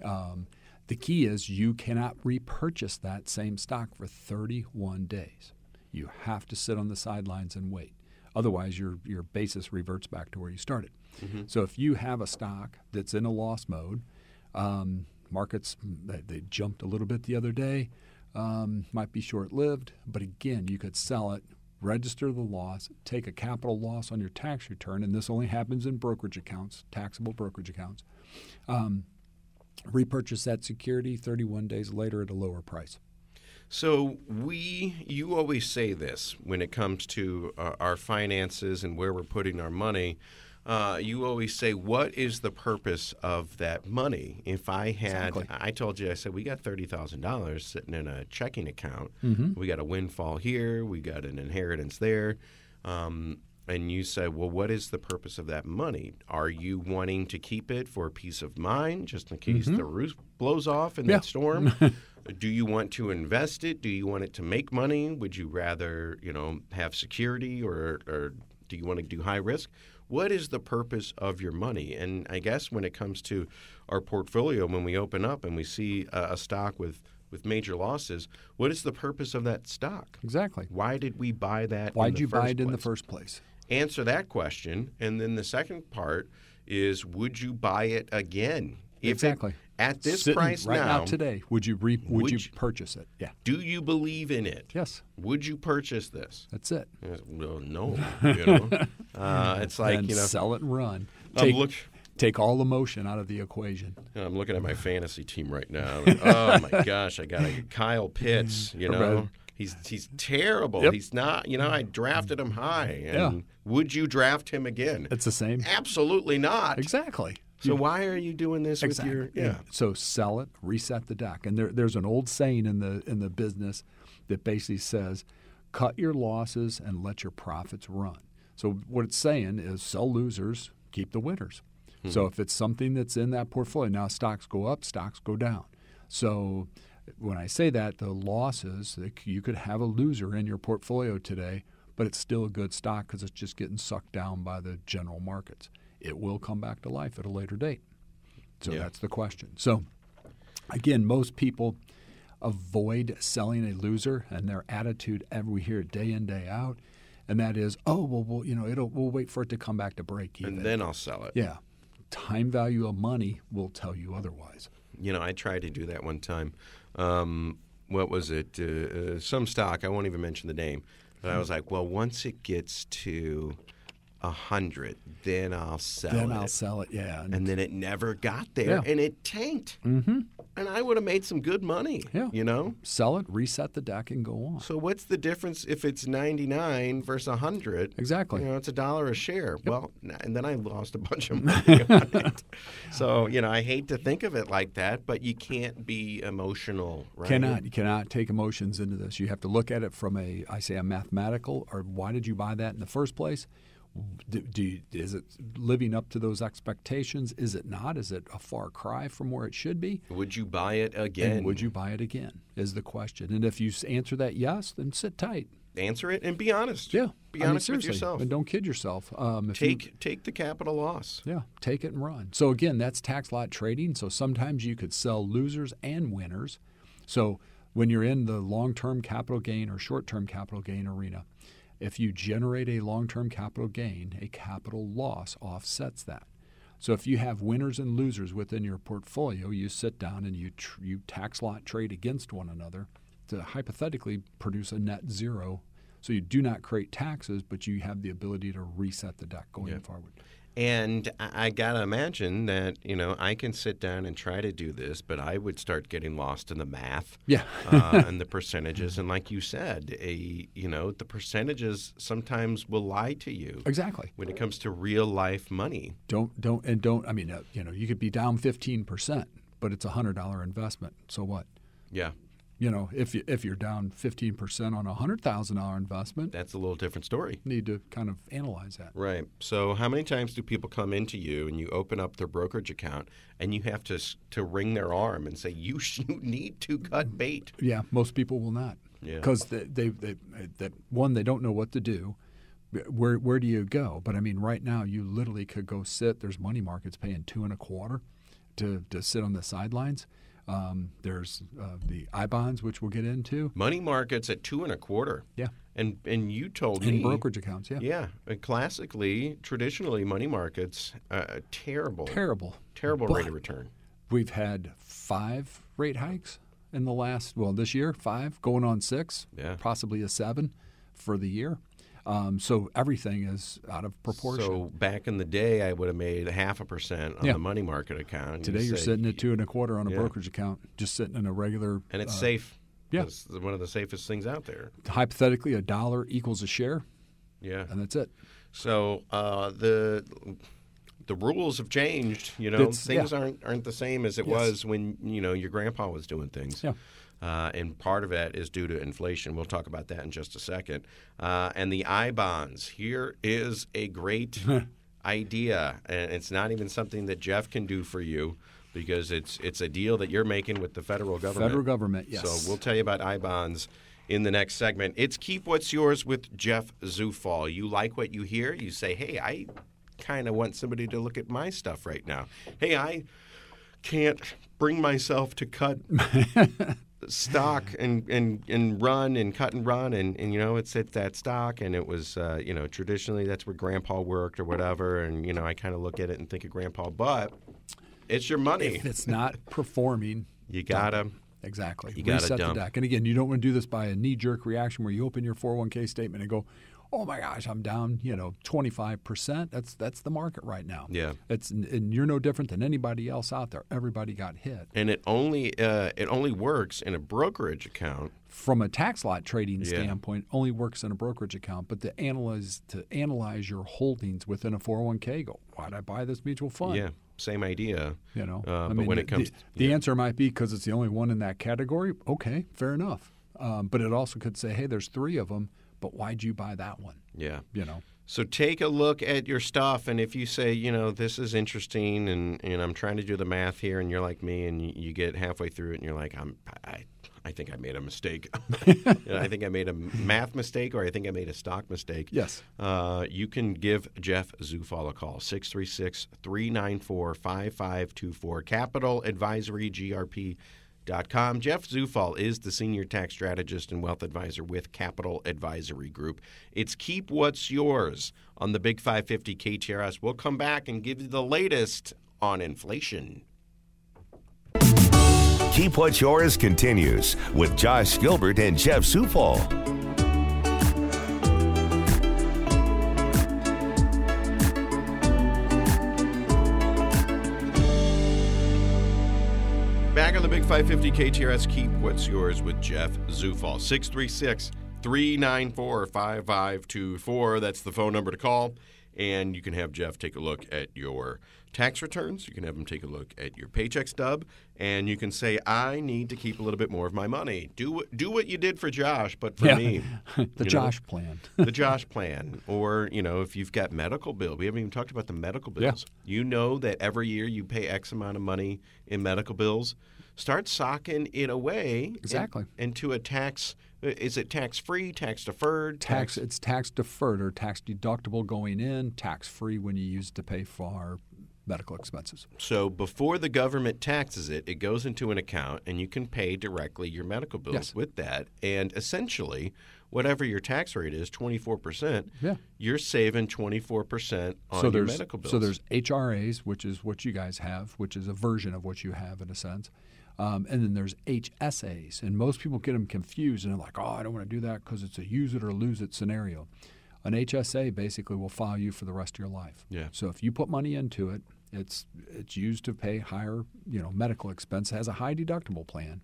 Speaker 3: Um, the key is you cannot repurchase that same stock for 31 days. You have to sit on the sidelines and wait. Otherwise, your, your basis reverts back to where you started. So if you have a stock that's in a loss mode, um, markets they, they jumped a little bit the other day, um, might be short lived, but again, you could sell it, register the loss, take a capital loss on your tax return, and this only happens in brokerage accounts, taxable brokerage accounts. Um, repurchase that security 31 days later at a lower price.
Speaker 2: So we, you always say this when it comes to uh, our finances and where we're putting our money. Uh, you always say, "What is the purpose of that money?" If I had,
Speaker 3: Exactly.
Speaker 2: I told you, I said we got thirty thousand dollars sitting in a checking account. We got a windfall here. We got an inheritance there. Um, and you said, "Well, what is the purpose of that money? Are you wanting to keep it for peace of mind, just in case the roof blows off in
Speaker 3: Mm-hmm. Yeah.
Speaker 2: that storm?" Do you want to invest it? Do you want it to make money? Would you rather, you know, have security or, or do you want to do high risk? What is the purpose of your money? And I guess when it comes to our portfolio, when we open up and we see a, a stock with, with major losses, what is the purpose of that stock?
Speaker 3: Exactly.
Speaker 2: Why did we buy that?
Speaker 3: Why'd
Speaker 2: in the
Speaker 3: you buy
Speaker 2: first
Speaker 3: it in the
Speaker 2: place?
Speaker 3: first place?
Speaker 2: answer that question and then the second part is would you buy it again If it-
Speaker 3: exactly.
Speaker 2: at this
Speaker 3: Sitting
Speaker 2: price
Speaker 3: right
Speaker 2: now,
Speaker 3: now today, would you re, would,
Speaker 2: would
Speaker 3: you
Speaker 2: you-
Speaker 3: purchase it? Yeah.
Speaker 2: do you believe in it?
Speaker 3: Yes.
Speaker 2: Would you purchase this?
Speaker 3: That's it.
Speaker 2: And it's, Well, no. You know? uh, it's like
Speaker 3: and
Speaker 2: you know.
Speaker 3: sell it and run.
Speaker 2: I'm
Speaker 3: Take,
Speaker 2: look-
Speaker 3: take all emotion out of the equation.
Speaker 2: I'm looking at my fantasy team right now. and, oh my gosh, I got a Kyle Pitts. You know,
Speaker 3: Right.
Speaker 2: he's he's terrible.
Speaker 3: Yep.
Speaker 2: He's not. You know, I drafted him high. And
Speaker 3: Yeah.
Speaker 2: Would you draft him again?
Speaker 3: It's the same.
Speaker 2: Absolutely not.
Speaker 3: Exactly.
Speaker 2: So why are you doing this
Speaker 3: Exactly.
Speaker 2: with your? Yeah.
Speaker 3: So sell it, reset the deck. And there, there's an old saying in the in the business that basically says, cut your losses and let your profits run. So what it's saying is sell losers, keep the winners. So if it's something that's in that portfolio, now stocks go up, stocks go down. So when I say that, the losses, like, you could have a loser in your portfolio today, but it's still a good stock because it's just getting sucked down by the general markets. It will come back to life at a later date. So that's the question. So again, most people avoid selling a loser, and their attitude every we hear it day in day out, and that is, oh well, well you know, it'll we'll wait for it to come back to break even.
Speaker 2: And then I'll sell it.
Speaker 3: yeah, time value of money will tell you otherwise.
Speaker 2: You know, I tried to do that one time. Um, what was it? Uh, uh, some stock. I won't even mention the name. But I was like, well, once it gets to a hundred, then I'll sell
Speaker 3: Then
Speaker 2: it.
Speaker 3: I'll sell it. Yeah, and,
Speaker 2: and then it never got there,
Speaker 3: Yeah.
Speaker 2: and it tanked. Mm-hmm. And I would have made some good money.
Speaker 3: Yeah.
Speaker 2: You know.
Speaker 3: sell it, reset the deck, and go on.
Speaker 2: So what's the difference if it's ninety nine versus hundred?
Speaker 3: Exactly.
Speaker 2: You know, it's a dollar a share. Well, n- and then I lost a bunch of money on it. So, you know, I hate to think of it like that, but you can't be emotional, right?
Speaker 3: Cannot you cannot take emotions into this. You have to look at it from a I say a mathematical or why did you buy that in the first place? Do, do you, is it living up to those expectations? Is it not? Is it a far cry from where it should be?
Speaker 2: Would you buy it again?
Speaker 3: And would you buy it again? Is the question. And if you s- answer that yes, then sit tight.
Speaker 2: answer it and be honest?
Speaker 3: Yeah,
Speaker 2: Be
Speaker 3: I mean,
Speaker 2: honest with
Speaker 3: seriously,
Speaker 2: yourself.
Speaker 3: and don't kid yourself. Um, if you-
Speaker 2: Take take the capital loss.
Speaker 3: yeah, take it and run. So again, that's tax lot trading. So sometimes you could sell losers and winners. So when you're in the long-term capital gain or short-term capital gain arena, if you generate a long-term capital gain, a capital loss offsets that. So if you have winners and losers within your portfolio, you sit down and you tr- you tax lot trade against one another to hypothetically produce a net zero. So you do not create taxes, but you have the ability to reset the deck going forward.
Speaker 2: And I, I gotta imagine that, you know, I can sit down and try to do this, but I would start getting lost in the math.
Speaker 3: Yeah.
Speaker 2: uh, and the percentages. And like you said, a you know the percentages sometimes will lie to you
Speaker 3: Exactly.
Speaker 2: when it comes to real life money.
Speaker 3: Don't don't and don't. I mean, uh, you know, you could be down fifteen percent, but it's a hundred dollar investment. So what?
Speaker 2: Yeah,
Speaker 3: You know, if you if you're down fifteen percent on a hundred thousand dollar investment,
Speaker 2: that's a little different story.
Speaker 3: need to kind of analyze that.
Speaker 2: Right. So, how many times do people come into you and you open up their brokerage account and you have to s- to wring their arm and say you, sh- you need to cut bait?
Speaker 3: Yeah, most people will not.
Speaker 2: Yeah.
Speaker 3: Because they, they, they, they, one, they don't know what to do. Where, where do you go? But I mean, right now, you literally could go sit. There's money markets paying two and a quarter to, to sit on the sidelines. Um, there's uh, the I bonds, which we'll get into.
Speaker 2: Money markets at two and a quarter.
Speaker 3: Yeah.
Speaker 2: And and you told
Speaker 3: In
Speaker 2: me
Speaker 3: brokerage accounts, yeah.
Speaker 2: Yeah, uh, classically, traditionally, money markets uh, terrible,
Speaker 3: Terrible.
Speaker 2: terrible
Speaker 3: But-
Speaker 2: rate of return.
Speaker 3: We've had five rate hikes in the last, well, this year, five, going on six,
Speaker 2: Yeah.
Speaker 3: possibly a seven for the year. Um, so everything is out of proportion.
Speaker 2: So back in the day, I would have made half a percent on
Speaker 3: Yeah.
Speaker 2: the money market account. and
Speaker 3: Today
Speaker 2: you
Speaker 3: you're
Speaker 2: say-
Speaker 3: sitting at two and a quarter on a
Speaker 2: Yeah.
Speaker 3: brokerage account, just sitting in a regular.
Speaker 2: and it's safe.
Speaker 3: Uh, yeah.
Speaker 2: it's one of the safest things out there.
Speaker 3: hypothetically, a dollar equals a share,
Speaker 2: Yeah.
Speaker 3: and that's it.
Speaker 2: So uh, the the rules have changed. You know,
Speaker 3: That's-
Speaker 2: things
Speaker 3: yeah.
Speaker 2: aren't aren't the same as it
Speaker 3: Yes.
Speaker 2: was when you know your grandpa was doing things.
Speaker 3: Yeah.
Speaker 2: Uh, and part of that is due to inflation. We'll talk about that in just a second. Uh, and the I bonds. Here is a great idea, and it's not even something that Jeff can do for you because it's it's a deal that you're making with the federal government.
Speaker 3: Federal government, yes.
Speaker 2: So we'll tell you about I bonds in the next segment. It's Keep What's Yours with Jeff Zufall. You like what you hear, you say, hey, I kind of want somebody to look at my stuff right now. Hey, I can't bring myself to cut stock and, and, and run and cut and run and, and you know it's at that stock and it was uh, you know traditionally that's where grandpa worked or whatever and you know i kind of look at it and think of grandpa but It's your money.
Speaker 3: If it's not performing,
Speaker 2: You gotta.
Speaker 3: exactly.
Speaker 2: You gotta
Speaker 3: Reset
Speaker 2: dump.
Speaker 3: the deck. And again, you don't want to do this by a knee jerk reaction where you open your 401k statement and go, oh my gosh, I'm down, you know, 25%. That's that's the market right now.
Speaker 2: Yeah.
Speaker 3: It's, and you're no different than anybody else out there. Everybody got hit.
Speaker 2: And it only uh, it only works in a brokerage account.
Speaker 3: from a tax lot trading
Speaker 2: Yeah.
Speaker 3: standpoint only works in a brokerage account, but to analyze to analyze your holdings within a 401k, go why'd I buy this mutual fund?
Speaker 2: Yeah, same idea.
Speaker 3: You know,
Speaker 2: Uh, but when
Speaker 3: the-
Speaker 2: it comes,
Speaker 3: the, the answer might be because it's the only one in that category. Okay, fair enough. Um, but it also could say, hey, there's three of them, but why'd you buy that one?
Speaker 2: yeah.
Speaker 3: You know,
Speaker 2: So take a look at your stuff, and if you say, you know, this is interesting, and, and I'm trying to do the math here, and you're like me, and you, you get halfway through it, and you're like, I'm, I, I think I made a mistake. You know, I think I made a math mistake, or I think I made a stock mistake.
Speaker 3: Yes.
Speaker 2: Uh, you can give Jeff Zufall a call, 636-394-5524, Capital Advisory GRP. Dot com. Jeff Zufall is the senior tax strategist and wealth advisor with Capital Advisory Group. It's Keep What's Yours on the Big 550 KTRS. We'll come back and give you the latest on inflation.
Speaker 1: Keep What's Yours continues with Josh Gilbert and Jeff Supal.
Speaker 2: Back on the Big 550 KTRS, keep what's yours with Jeff Zufall. 636 394 5524. That's the phone number to call. And you can have Jeff take a look at your tax returns. You can have him take a look at your paycheck stub. And you can say, I need to keep a little bit more of my money. Do, what- do what you did for Josh, but for
Speaker 3: Yeah.
Speaker 2: me.
Speaker 3: the
Speaker 2: You know?
Speaker 3: Josh plan.
Speaker 2: the Josh plan, or you know, if you've got medical bill, we haven't even talked about the medical bills. You know that every year you pay X amount of money in medical bills. Start socking it away in-
Speaker 3: Exactly.
Speaker 2: into a tax. uh, Is it tax free, tax deferred,
Speaker 3: tax it's tax deferred or tax deductible going in, tax free when you use it to pay for medical expenses.
Speaker 2: So before the government taxes it, it goes into an account and you can pay directly your medical bills
Speaker 3: Yes.
Speaker 2: with that. And essentially, whatever your tax rate is, twenty four percent,
Speaker 3: Yeah.
Speaker 2: you're saving twenty four percent on
Speaker 3: so
Speaker 2: your
Speaker 3: there's
Speaker 2: medical bills.
Speaker 3: so there's HRAs, which is what you guys have, which is a version of what you have in a sense, um, and then there's HSAs, and most people get them confused and they're like, oh, I don't want to do that because it's a use it or lose it scenario. An HSA basically will file you for the rest of your life.
Speaker 2: Yeah.
Speaker 3: So if you put money into it, it's it's used to pay higher, you know, medical expense. It has a high deductible plan.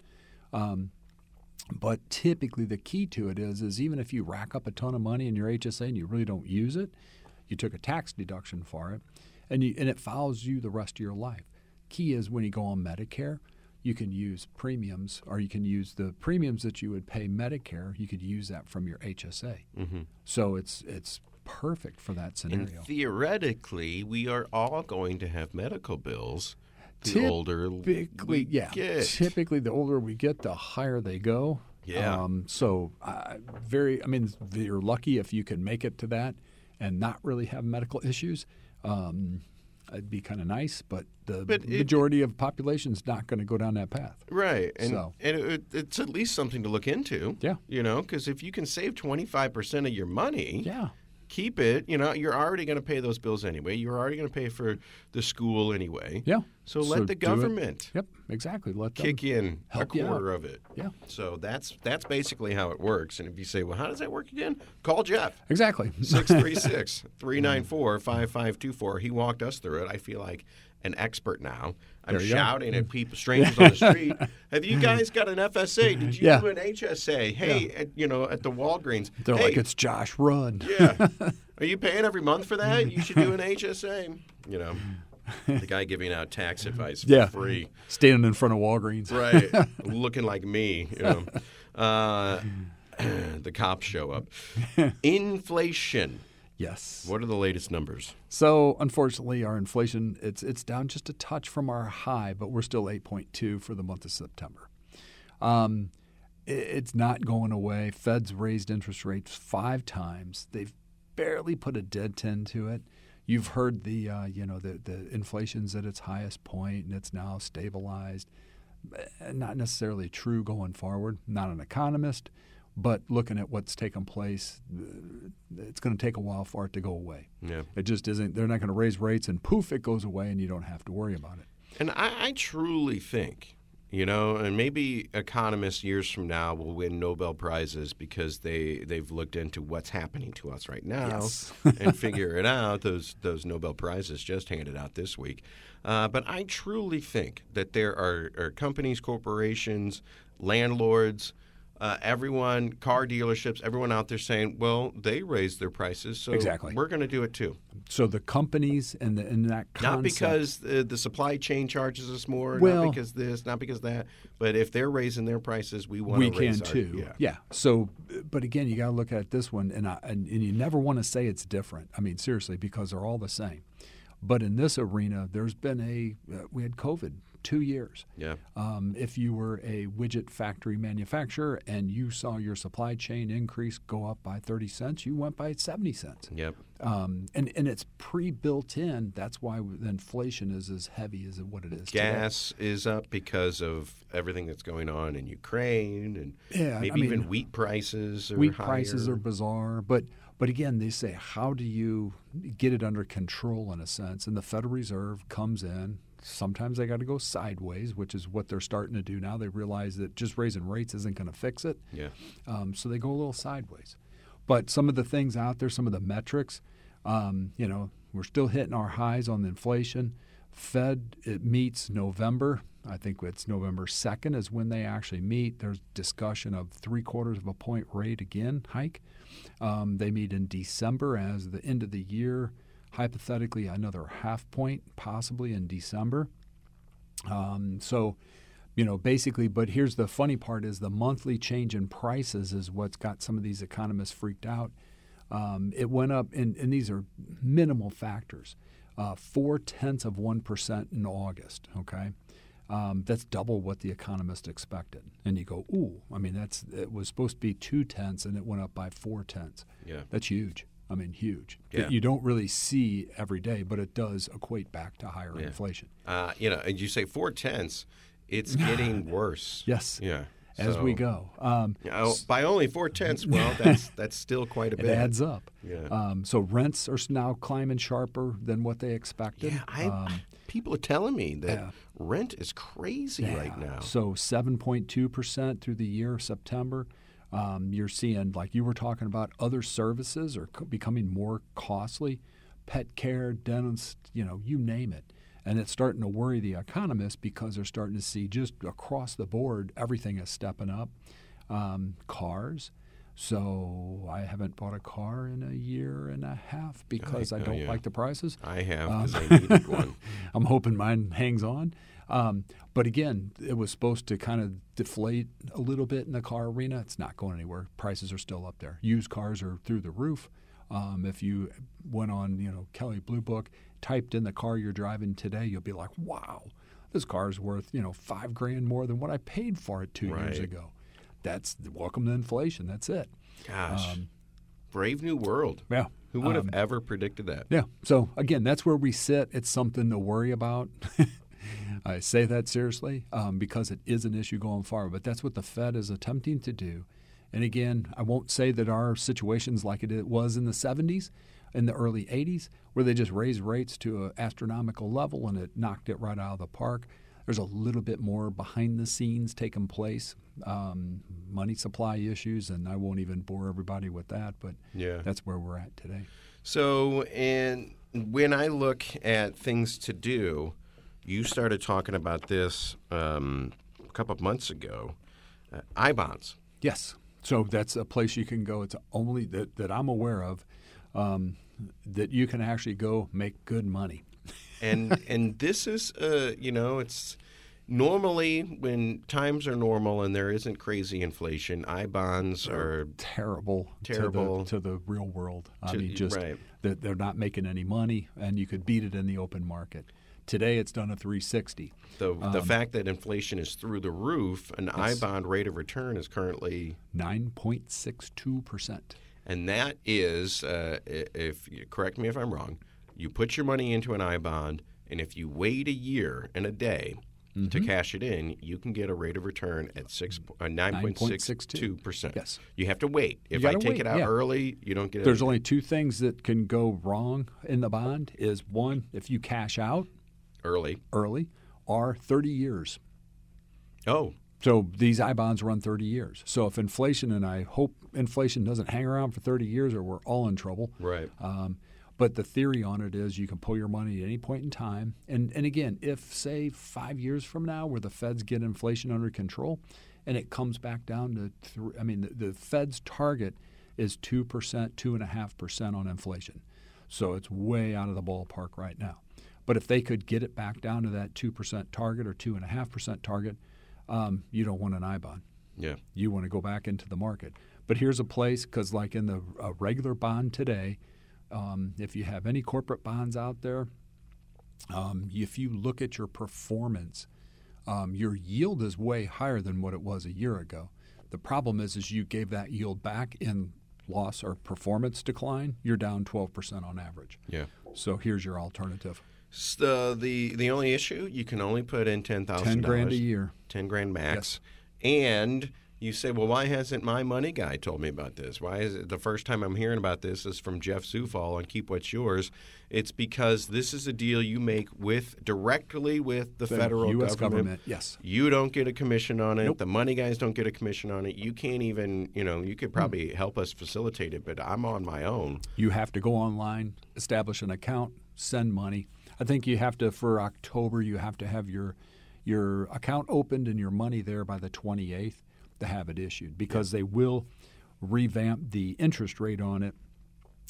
Speaker 3: But typically, the key to it is, is even if you rack up a ton of money in your HSA and you really don't use it, you took a tax deduction for it, and you, and it follows you the rest of your life. Key is when you go on Medicare, you can use premiums, or you can use the premiums that you would pay Medicare. You could use that from your HSA. So it's it's perfect for that
Speaker 2: And
Speaker 3: scenario.
Speaker 2: theoretically, we are all going to have medical bills. The older
Speaker 3: typically,
Speaker 2: we
Speaker 3: yeah.
Speaker 2: get.
Speaker 3: Typically, the older we get, the higher they go.
Speaker 2: Yeah.
Speaker 3: Um, so, I very. I mean, you're lucky if you can make it to that and not really have medical issues. Um, it'd be kind of nice, but the
Speaker 2: But it-
Speaker 3: majority of population's not going to go down that path.
Speaker 2: right, and,
Speaker 3: So.
Speaker 2: and it, it's at least something to look into.
Speaker 3: Yeah.
Speaker 2: you know, because if you can save twenty five percent of your money,
Speaker 3: Yeah.
Speaker 2: keep it. You know, you're already going to pay those bills anyway. You're already going to pay for the school anyway.
Speaker 3: Yeah.
Speaker 2: So let the
Speaker 3: do it.
Speaker 2: government
Speaker 3: Yep. Exactly. Let them.
Speaker 2: kick in a
Speaker 3: Help you out.
Speaker 2: quarter of it.
Speaker 3: Yeah.
Speaker 2: So that's that's basically how it works. And if you say, well, how does that work again? Call Jeff.
Speaker 3: Exactly.
Speaker 2: 636
Speaker 3: Mm.
Speaker 2: 394 5524. He walked us through it. I feel like an expert now. I'm
Speaker 3: There you go.
Speaker 2: shouting at people, strangers on the street. Have you guys got an FSA? Did you
Speaker 3: Yeah.
Speaker 2: do an HSA? Hey, at, you know, at the Walgreens.
Speaker 3: They're
Speaker 2: hey,
Speaker 3: like, it's Josh. Run.
Speaker 2: yeah. Are you paying every month for that? You should do an HSA. You know, the guy giving out tax advice for
Speaker 3: Yeah.
Speaker 2: free.
Speaker 3: Standing in front of Walgreens.
Speaker 2: Right. Looking like me. You know. Uh, the cops show up. Inflation.
Speaker 3: Yes.
Speaker 2: What are the latest numbers?
Speaker 3: So unfortunately, our inflation it's it's down just a touch from our high, but we're still 8.2 for the month of September. Um, i- it's not going away. Fed's raised interest rates five times. They've barely put a dead ten to it. You've heard the uh, you know the the inflation's at its highest point and it's now stabilized. Eh, Not necessarily true going forward. Not an economist, but looking at what's taken place, it's going to take a while for it to go away.
Speaker 2: Yeah.
Speaker 3: It just isn't. They're not going to raise rates and poof, it goes away and you don't have to worry about it.
Speaker 2: And I, I truly think, you know, and maybe economists years from now will win Nobel prizes because they they've looked into what's happening to us right now
Speaker 3: Yes.
Speaker 2: and figure it out. Those those Nobel prizes just handed out this week. Uh, but I truly think that there are, are companies, corporations, landlords. Uh, everyone, car dealerships, everyone out there saying, "Well, they raised their prices, so
Speaker 3: Exactly.
Speaker 2: we're going to do it too."
Speaker 3: So the companies and, the, and that concept.
Speaker 2: Not because the, the supply chain charges us more,
Speaker 3: Well-
Speaker 2: not because this, not because that, but if they're raising their prices, we want to
Speaker 3: we can
Speaker 2: raise our-
Speaker 3: too.
Speaker 2: Yeah.
Speaker 3: So, but again, you got to look at this one, and I, and, and you never want to say it's different. I mean, seriously, because they're all the same. But in this arena, there's been a uh, we had COVID two years.
Speaker 2: Yeah.
Speaker 3: Um, if you were a widget factory manufacturer and you saw your supply chain increase go up by 30 cents, you went by 70 cents.
Speaker 2: Yep.
Speaker 3: Um, and, and it's pre built in. That's why the inflation is as heavy as what it is. today.
Speaker 2: Gas is up because of everything that's going on in Ukraine and
Speaker 3: Yeah, I
Speaker 2: maybe
Speaker 3: mean,
Speaker 2: even wheat prices are
Speaker 3: wheat
Speaker 2: higher.
Speaker 3: prices are bizarre but but again they say how do you get it under control in a sense and the federal reserve comes in sometimes they got to go sideways which is what they're starting to do now they realize that just raising rates isn't going to fix it
Speaker 2: Yeah.
Speaker 3: um, so they go a little sideways but some of the things out there some of the metrics um, you know we're still hitting our highs on the inflation fed it meets november i think it's november 2nd is when they actually meet there's discussion of three quarters of a point rate again hike um, they meet in december as the end of the year hypothetically another half point possibly in december um, so, you know, basically, but here's the funny part is the monthly change in prices is what's got some of these economists freaked out. Um, it went up, and, and these are minimal factors, uh, four tenths of 1% in August, okay? Um, that's double what the economist expected. And you go, ooh, I mean, that's it was supposed to be two tenths, and it went up by four tenths.
Speaker 2: Yeah.
Speaker 3: That's huge. I mean, huge. that
Speaker 2: Yeah.
Speaker 3: you don't really see every day, but it does equate back to higher inflation.
Speaker 2: Uh, you know, and you say four tenths, it's getting worse.
Speaker 3: Yes.
Speaker 2: Yeah.
Speaker 3: as we
Speaker 2: So,
Speaker 3: go. Um,
Speaker 2: you know, by only four tenths, well, that's that's still quite a
Speaker 3: it
Speaker 2: bit.
Speaker 3: adds up.
Speaker 2: Yeah.
Speaker 3: Um, so rents are s- now climbing sharper than what they expected.
Speaker 2: Yeah, I, people are telling me that
Speaker 3: um, yeah.
Speaker 2: rent is crazy right now.
Speaker 3: So 7.2% through the year of September. Um, you're seeing, like you were talking about, other services are co- becoming more costly pet care, dentist, you know, you name it. And it's starting to worry the economists because they're starting to see just across the board everything is stepping up. Um, cars. So I haven't bought a car in a year and a half because I
Speaker 2: know,
Speaker 3: don't
Speaker 2: yeah.
Speaker 3: like the prices.
Speaker 2: I have because
Speaker 3: um,
Speaker 2: I needed one.
Speaker 3: I'm hoping mine hangs on. Um, but again, it was supposed to kind of deflate a little bit in the car arena. It's not going anywhere. Prices are still up there. Used cars are through the roof. Um, if you went on, you know, Kelly Blue Book, typed in the car you're driving today, you'll be like, wow, this car's worth, you know, five grand more than what I paid for it two years
Speaker 2: Right.
Speaker 3: ago. That's welcome to inflation. That's it.
Speaker 2: Gosh,
Speaker 3: um,
Speaker 2: brave new world.
Speaker 3: Yeah.
Speaker 2: Who would have
Speaker 3: um,
Speaker 2: ever predicted that?
Speaker 3: Yeah. So again, that's where we sit. It's something to worry about. I say that seriously um, because it is an issue going forward. But that's what the Fed is attempting to do. And again, I won't say that our situation's like it was in the 70s, in the early 80s, where they just raised rates to an astronomical level and it knocked it right out of the park. There's a little bit more behind the scenes taking place, um, money supply issues, and I won't even bore everybody with that. But
Speaker 2: Yeah.
Speaker 3: that's where we're at today.
Speaker 2: So, and when I look at things to do, you started talking about this um, a couple of months ago. Uh, I bonds.
Speaker 3: Yes. So that's a place you can go. It's only that, that I'm aware of um, that you can actually go make good money.
Speaker 2: and and this is uh you know it's normally when times are normal and there isn't crazy inflation i bonds are
Speaker 3: Terrible, to the-
Speaker 2: Terrible.
Speaker 3: to the, real world. I
Speaker 2: To-
Speaker 3: mean, just
Speaker 2: right.
Speaker 3: that they're not making any money, and you could beat it in the open market. Today, it's done a 360.
Speaker 2: the
Speaker 3: Um,
Speaker 2: the fact that inflation is through the roof an i bond rate of return is currently
Speaker 3: 9.62%.
Speaker 2: and that is uh, i- if you correct me if i'm wrong you put your money into an i bond and if you wait a year and a day
Speaker 3: Mm-hmm.
Speaker 2: to cash it in, you can get a rate of return at six uh, 9.62%.
Speaker 3: Yes.
Speaker 2: You have to wait. If I
Speaker 3: gotta
Speaker 2: take
Speaker 3: wait,
Speaker 2: it out
Speaker 3: yeah.
Speaker 2: early, you don't get it.
Speaker 3: There's only two things that can go wrong in the bond is one, if you cash out
Speaker 2: early.
Speaker 3: early, are 30 years.
Speaker 2: Oh,
Speaker 3: So these I bonds run 30 years. So if inflation, and I hope inflation doesn't hang around for 30 years or we're all in trouble.
Speaker 2: right.
Speaker 3: Um, but the theory on it is you can pull your money at any point in time. And, and again, if, say, five years from now, where the feds get inflation under control and it comes back down to, three, I mean, the, the feds' target is 2%, 2.5% on inflation. So it's way out of the ballpark right now. But if they could get it back down to that 2% target or 2.5% target, um, you don't want an IBON
Speaker 2: Yeah.
Speaker 3: you want to go back into the market. But here's a place because, like in the uh, regular bond today, um, if you have any corporate bonds out there, um, if you look at your performance, um, your yield is way higher than what it was a year ago. The problem is, is you gave that yield back in loss or performance decline. You're down 12% on average.
Speaker 2: Yeah.
Speaker 3: So here's your alternative:
Speaker 2: S- The the the only issue you can only put in ten thousand
Speaker 3: 10 grand a year.
Speaker 2: ten grand max, and you say, well, why hasn't my money guy told me about this? Why is it the first time I'm hearing about this is from Jeff Zufall on Keep What's Yours? It's because this is a deal you make with directly with the, federal
Speaker 3: U.S.
Speaker 2: government.
Speaker 3: government. Yes.
Speaker 2: You don't get a commission on it.
Speaker 3: Nope.
Speaker 2: The money guys don't get a commission on it. You can't even, you know, you could
Speaker 3: Hmm.
Speaker 2: probably help us facilitate it, but I'm on my own.
Speaker 3: You have to go online, establish an account, send money. I think you have to for October. You have to have your your account opened and your money there by the 28th to have it issued because they will revamp the interest rate on it.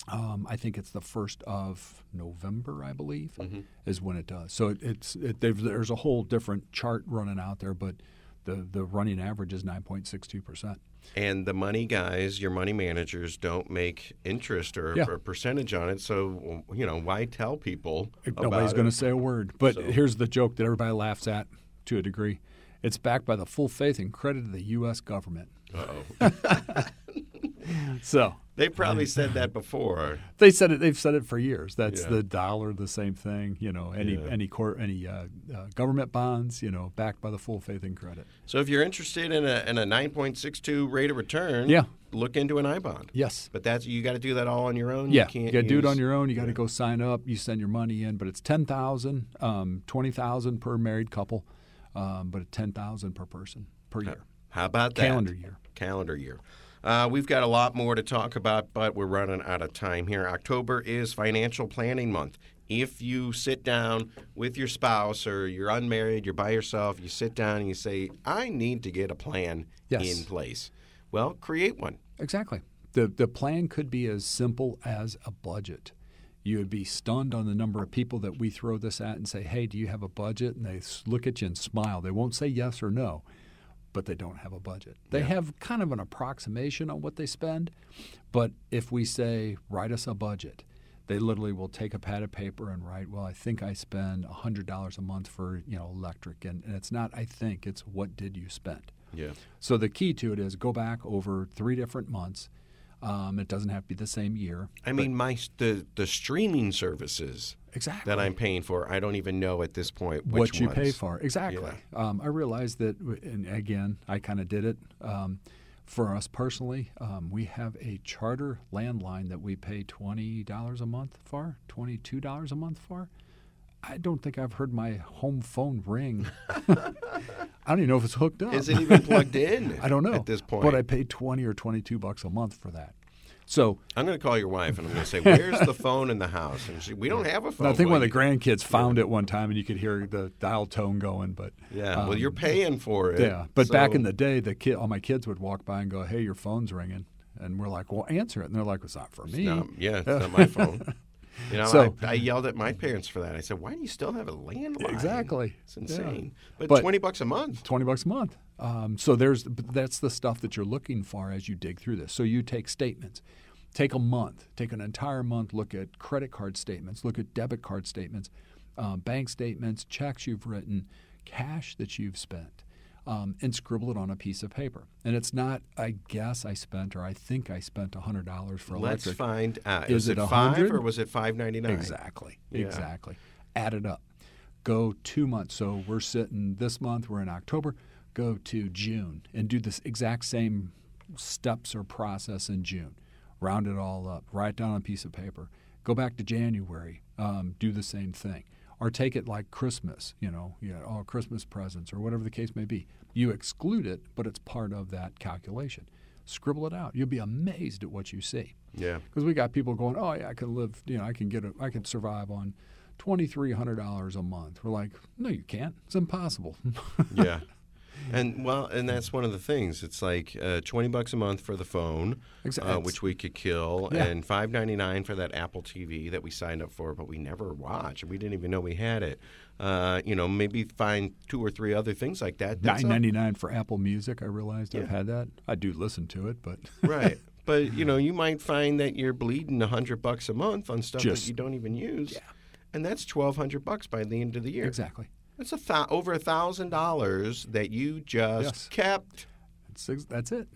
Speaker 3: Um, I think it's the first of November, I believe, is when it does. So it, it's it, there's- there's a whole different chart running out there, but the the running average is 9.62 percent.
Speaker 2: And the money guys, your money managers, don't make interest or,
Speaker 3: Yeah.
Speaker 2: or percentage on it. So, you know, why tell people?
Speaker 3: Nobody's
Speaker 2: about
Speaker 3: going
Speaker 2: it?
Speaker 3: to say a word. But here's the joke that everybody laughs at to a degree. It's backed by the full faith and credit of the U.S. government. Uh-oh. so
Speaker 2: They probably said that before.
Speaker 3: they said it. They've said it for years. That's
Speaker 2: Yeah.
Speaker 3: the dollar, the same thing. You know, any any court, any uh, uh, government bonds. You know, backed by the full faith and credit.
Speaker 2: So, if you're interested in a, in a 9.62 rate of return,
Speaker 3: Yeah.
Speaker 2: look into an I bond.
Speaker 3: Yes.
Speaker 2: But that's you got to do that all on your own.
Speaker 3: Yeah,
Speaker 2: you can't
Speaker 3: gotta do it
Speaker 2: use-
Speaker 3: on your own. You got to go sign up. You send your money in, but it's ten thousand, um, twenty thousand per married couple, um, but ten thousand per person per year.
Speaker 2: How about that?
Speaker 3: Calendar year.
Speaker 2: Calendar year. Uh, we've got a lot more to talk about, but we're running out of time here. October is financial planning month. If you sit down with your spouse or you're unmarried, you're by yourself, you sit down and you say, I need to get a plan
Speaker 3: Yes.
Speaker 2: in place. Well, create one.
Speaker 3: Exactly. The the plan could be as simple as a budget. You would be stunned on the number of people that we throw this at and say, "Hey, do you have a budget?" And they s- look at you and smile. They won't say yes or no, but they don't have a budget. They have kind of an approximation on what they spend, but if we say, "Write us a budget," they literally will take a pad of paper and write, "Well, I think I spend $100 a month for, you know, electric." And, and it's not I think, it's what did you spend?
Speaker 2: Yeah.
Speaker 3: So the key to it is go back over three different months. Um, it doesn't have to be the same year.
Speaker 2: I mean, my s- the the streaming services
Speaker 3: Exactly.
Speaker 2: that I'm paying for, I don't even know at this point which
Speaker 3: what you pay
Speaker 2: ones.
Speaker 3: for. Exactly. Um, I realized that, w- and again, I kind of did it. Um, for us personally, um, we have a charter landline that we pay $20 a month for, $22 a month for. I don't think I've heard my home phone ring. I don't even know if it's hooked up.
Speaker 2: Is it even plugged in?
Speaker 3: I don't know.
Speaker 2: at this point.
Speaker 3: But I pay 20 or 22 bucks a month for that. So
Speaker 2: I'm going to call your wife and I'm going to say, "Where's the phone in the house?" And she, we don't have a phone.
Speaker 3: I think one
Speaker 2: Well,
Speaker 3: of the grandkids found it one time, and you could hear the dial tone going. But
Speaker 2: you- Yeah, well, you're paying for it.
Speaker 3: Um, yeah, but back in
Speaker 2: so-
Speaker 3: the day, the kid, all my kids would walk by and go, "Hey, your phone's ringing," and we're like, "Well, answer it," and they're like, "It's not for me."
Speaker 2: No, yeah, it's not my phone. You know,
Speaker 3: So-
Speaker 2: I, I yelled at my parents for that. I said, "Why do you still have a landline?"
Speaker 3: Exactly.
Speaker 2: it's
Speaker 3: Yeah.
Speaker 2: insane. But,
Speaker 3: But-
Speaker 2: twenty bucks a month.
Speaker 3: Twenty bucks a month. Um, so there's but that's the stuff that you're looking for as you dig through this. So you take statements, take a month, take an entire month, look at credit card statements, look at debit card statements, um, bank statements, checks you've written, cash that you've spent, um, and scribble it on a piece of paper. And it's not I guess I spent or I think I spent hundred dollars for
Speaker 2: Let's
Speaker 3: electric.
Speaker 2: find out.
Speaker 3: Is
Speaker 2: was
Speaker 3: it
Speaker 2: it five
Speaker 3: 100?
Speaker 2: or was it five ninety nine?
Speaker 3: Exactly. Exactly. Add it up. Go two months. So we're sitting this month, we're in October. Go to June and do this exact same steps or process in June. Round it all up. Write down on a piece of paper. Go back to January. Um, do the same thing. or take it like Christmas, you know, you know, oh, Christmas presents or whatever the case may be. You exclude it, but it's part of that calculation. Scribble it out. You'll be amazed at what you see.
Speaker 2: Yeah.
Speaker 3: Because we got people going, oh yeah, I can live, you know, I can get, a, I can survive on twenty three hundred dollars a month. We're like, no, you can't. It's impossible.
Speaker 2: yeah. And well, and that's one of the things. It's like uh, twenty bucks a month for the phone,
Speaker 3: Exact-
Speaker 2: uh, which we could kill,
Speaker 3: Yeah.
Speaker 2: and five ninety nine for that Apple TV that we signed up for, but we never watch. We didn't even know we had it. Uh, you know, maybe find two or three other things like that. That's
Speaker 3: Nine
Speaker 2: a-
Speaker 3: ninety nine for Apple Music. I realized I've
Speaker 2: Yeah.
Speaker 3: had that. I do listen to it, but
Speaker 2: right? But you know, you might find that you're bleeding hundred bucks a month on stuff
Speaker 3: Just-
Speaker 2: that you don't even use, and that's twelve hundred bucks by the end of the year.
Speaker 3: exactly.
Speaker 2: That's a th- over a thousand dollars that you just
Speaker 3: Yes.
Speaker 2: kept.
Speaker 3: That's, ex- that's it.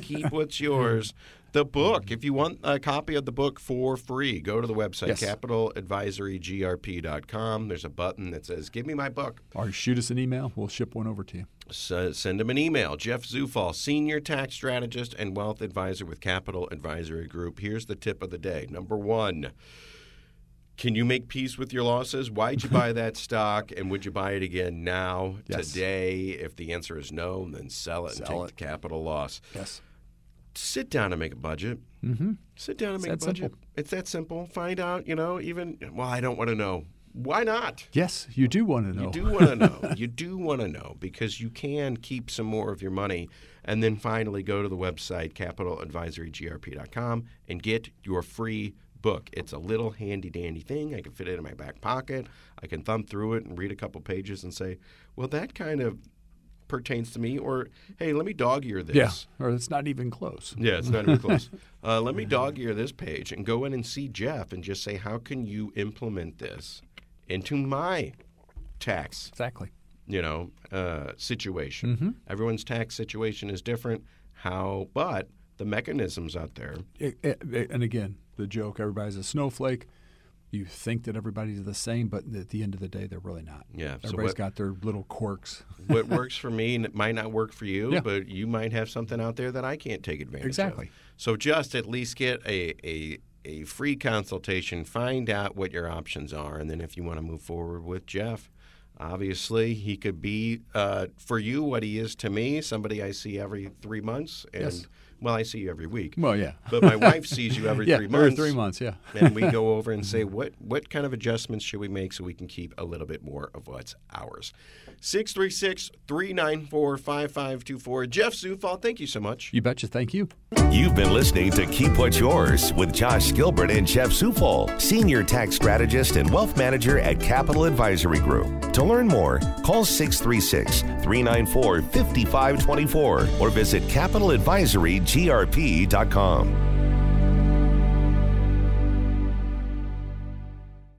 Speaker 2: keep what's yours. The book, if you want a copy of the book for free, go to the website,
Speaker 3: Yes.
Speaker 2: capitaladvisorygrp.com. There's a button that says, Give me my book.
Speaker 3: or shoot us an email. We'll ship one over to you.
Speaker 2: S- send him an email. Jeff Zufall, Senior Tax Strategist and Wealth Advisor with Capital Advisory Group. Here's the tip of the day. Number one, can you make peace with your losses? Why'd you buy that stock? And would you buy it again now,
Speaker 3: Yes.
Speaker 2: today? If the answer is no, then sell it
Speaker 3: Sell
Speaker 2: and take the capital loss.
Speaker 3: Yes.
Speaker 2: sit down and make a budget. Mm-hmm. Sit down and make
Speaker 3: that
Speaker 2: a budget.
Speaker 3: simple.
Speaker 2: It's that simple. Find out, you know, even, well, I don't want to know. Why not?
Speaker 3: Yes, you do want to know.
Speaker 2: You do want to know. You do want to know because you can keep some more of your money. And then finally, go to the website, capitaladvisorygrp.com, and get your free book. It's a little handy dandy thing. I can fit it in my back pocket. I can thumb through it and read a couple pages and say, well, that kind of pertains to me. Or, hey, let me dog ear this.
Speaker 3: Yeah. Or it's not even close.
Speaker 2: Yeah, it's not even close. Uh, let me dog ear this page and go in and see Jeff and just say, how can you implement this into my tax,
Speaker 3: Exactly.
Speaker 2: you know, uh, situation? Everyone's tax situation is different. How, but the mechanisms out there.
Speaker 3: It- it- it- and again, the joke everybody's a snowflake. You think that everybody's the same, but at the end of the day, they're really not.
Speaker 2: Yeah, so
Speaker 3: Everybody's
Speaker 2: what-
Speaker 3: got their little quirks.
Speaker 2: what works for me n- might not work for you,
Speaker 3: Yeah.
Speaker 2: but you might have something out there that I can't take advantage of.
Speaker 3: Exactly.
Speaker 2: So just at least get a, a a free consultation, find out what your options are, and then if you want to move forward with Jeff, obviously he could be uh, for you what he is to me, somebody I see every three months, and
Speaker 3: Yes.
Speaker 2: well, I see you every week,
Speaker 3: Well, yeah.
Speaker 2: but my wife sees you every
Speaker 3: yeah,
Speaker 2: three
Speaker 3: every
Speaker 2: months
Speaker 3: three months, yeah.
Speaker 2: and we go over and say what what kind of adjustments should we make so we can keep a little bit more of what's ours 636-394-5524 jeff zufall thank you so much
Speaker 3: You betcha. Thank you.
Speaker 1: You've been listening to Keep What's Yours with Josh Gilbert and Jeff Sufol, Senior Tax Strategist and Wealth Manager at Capital Advisory Group. To learn more, call 636 394 5524 or visit capitaladvisorygrp.com.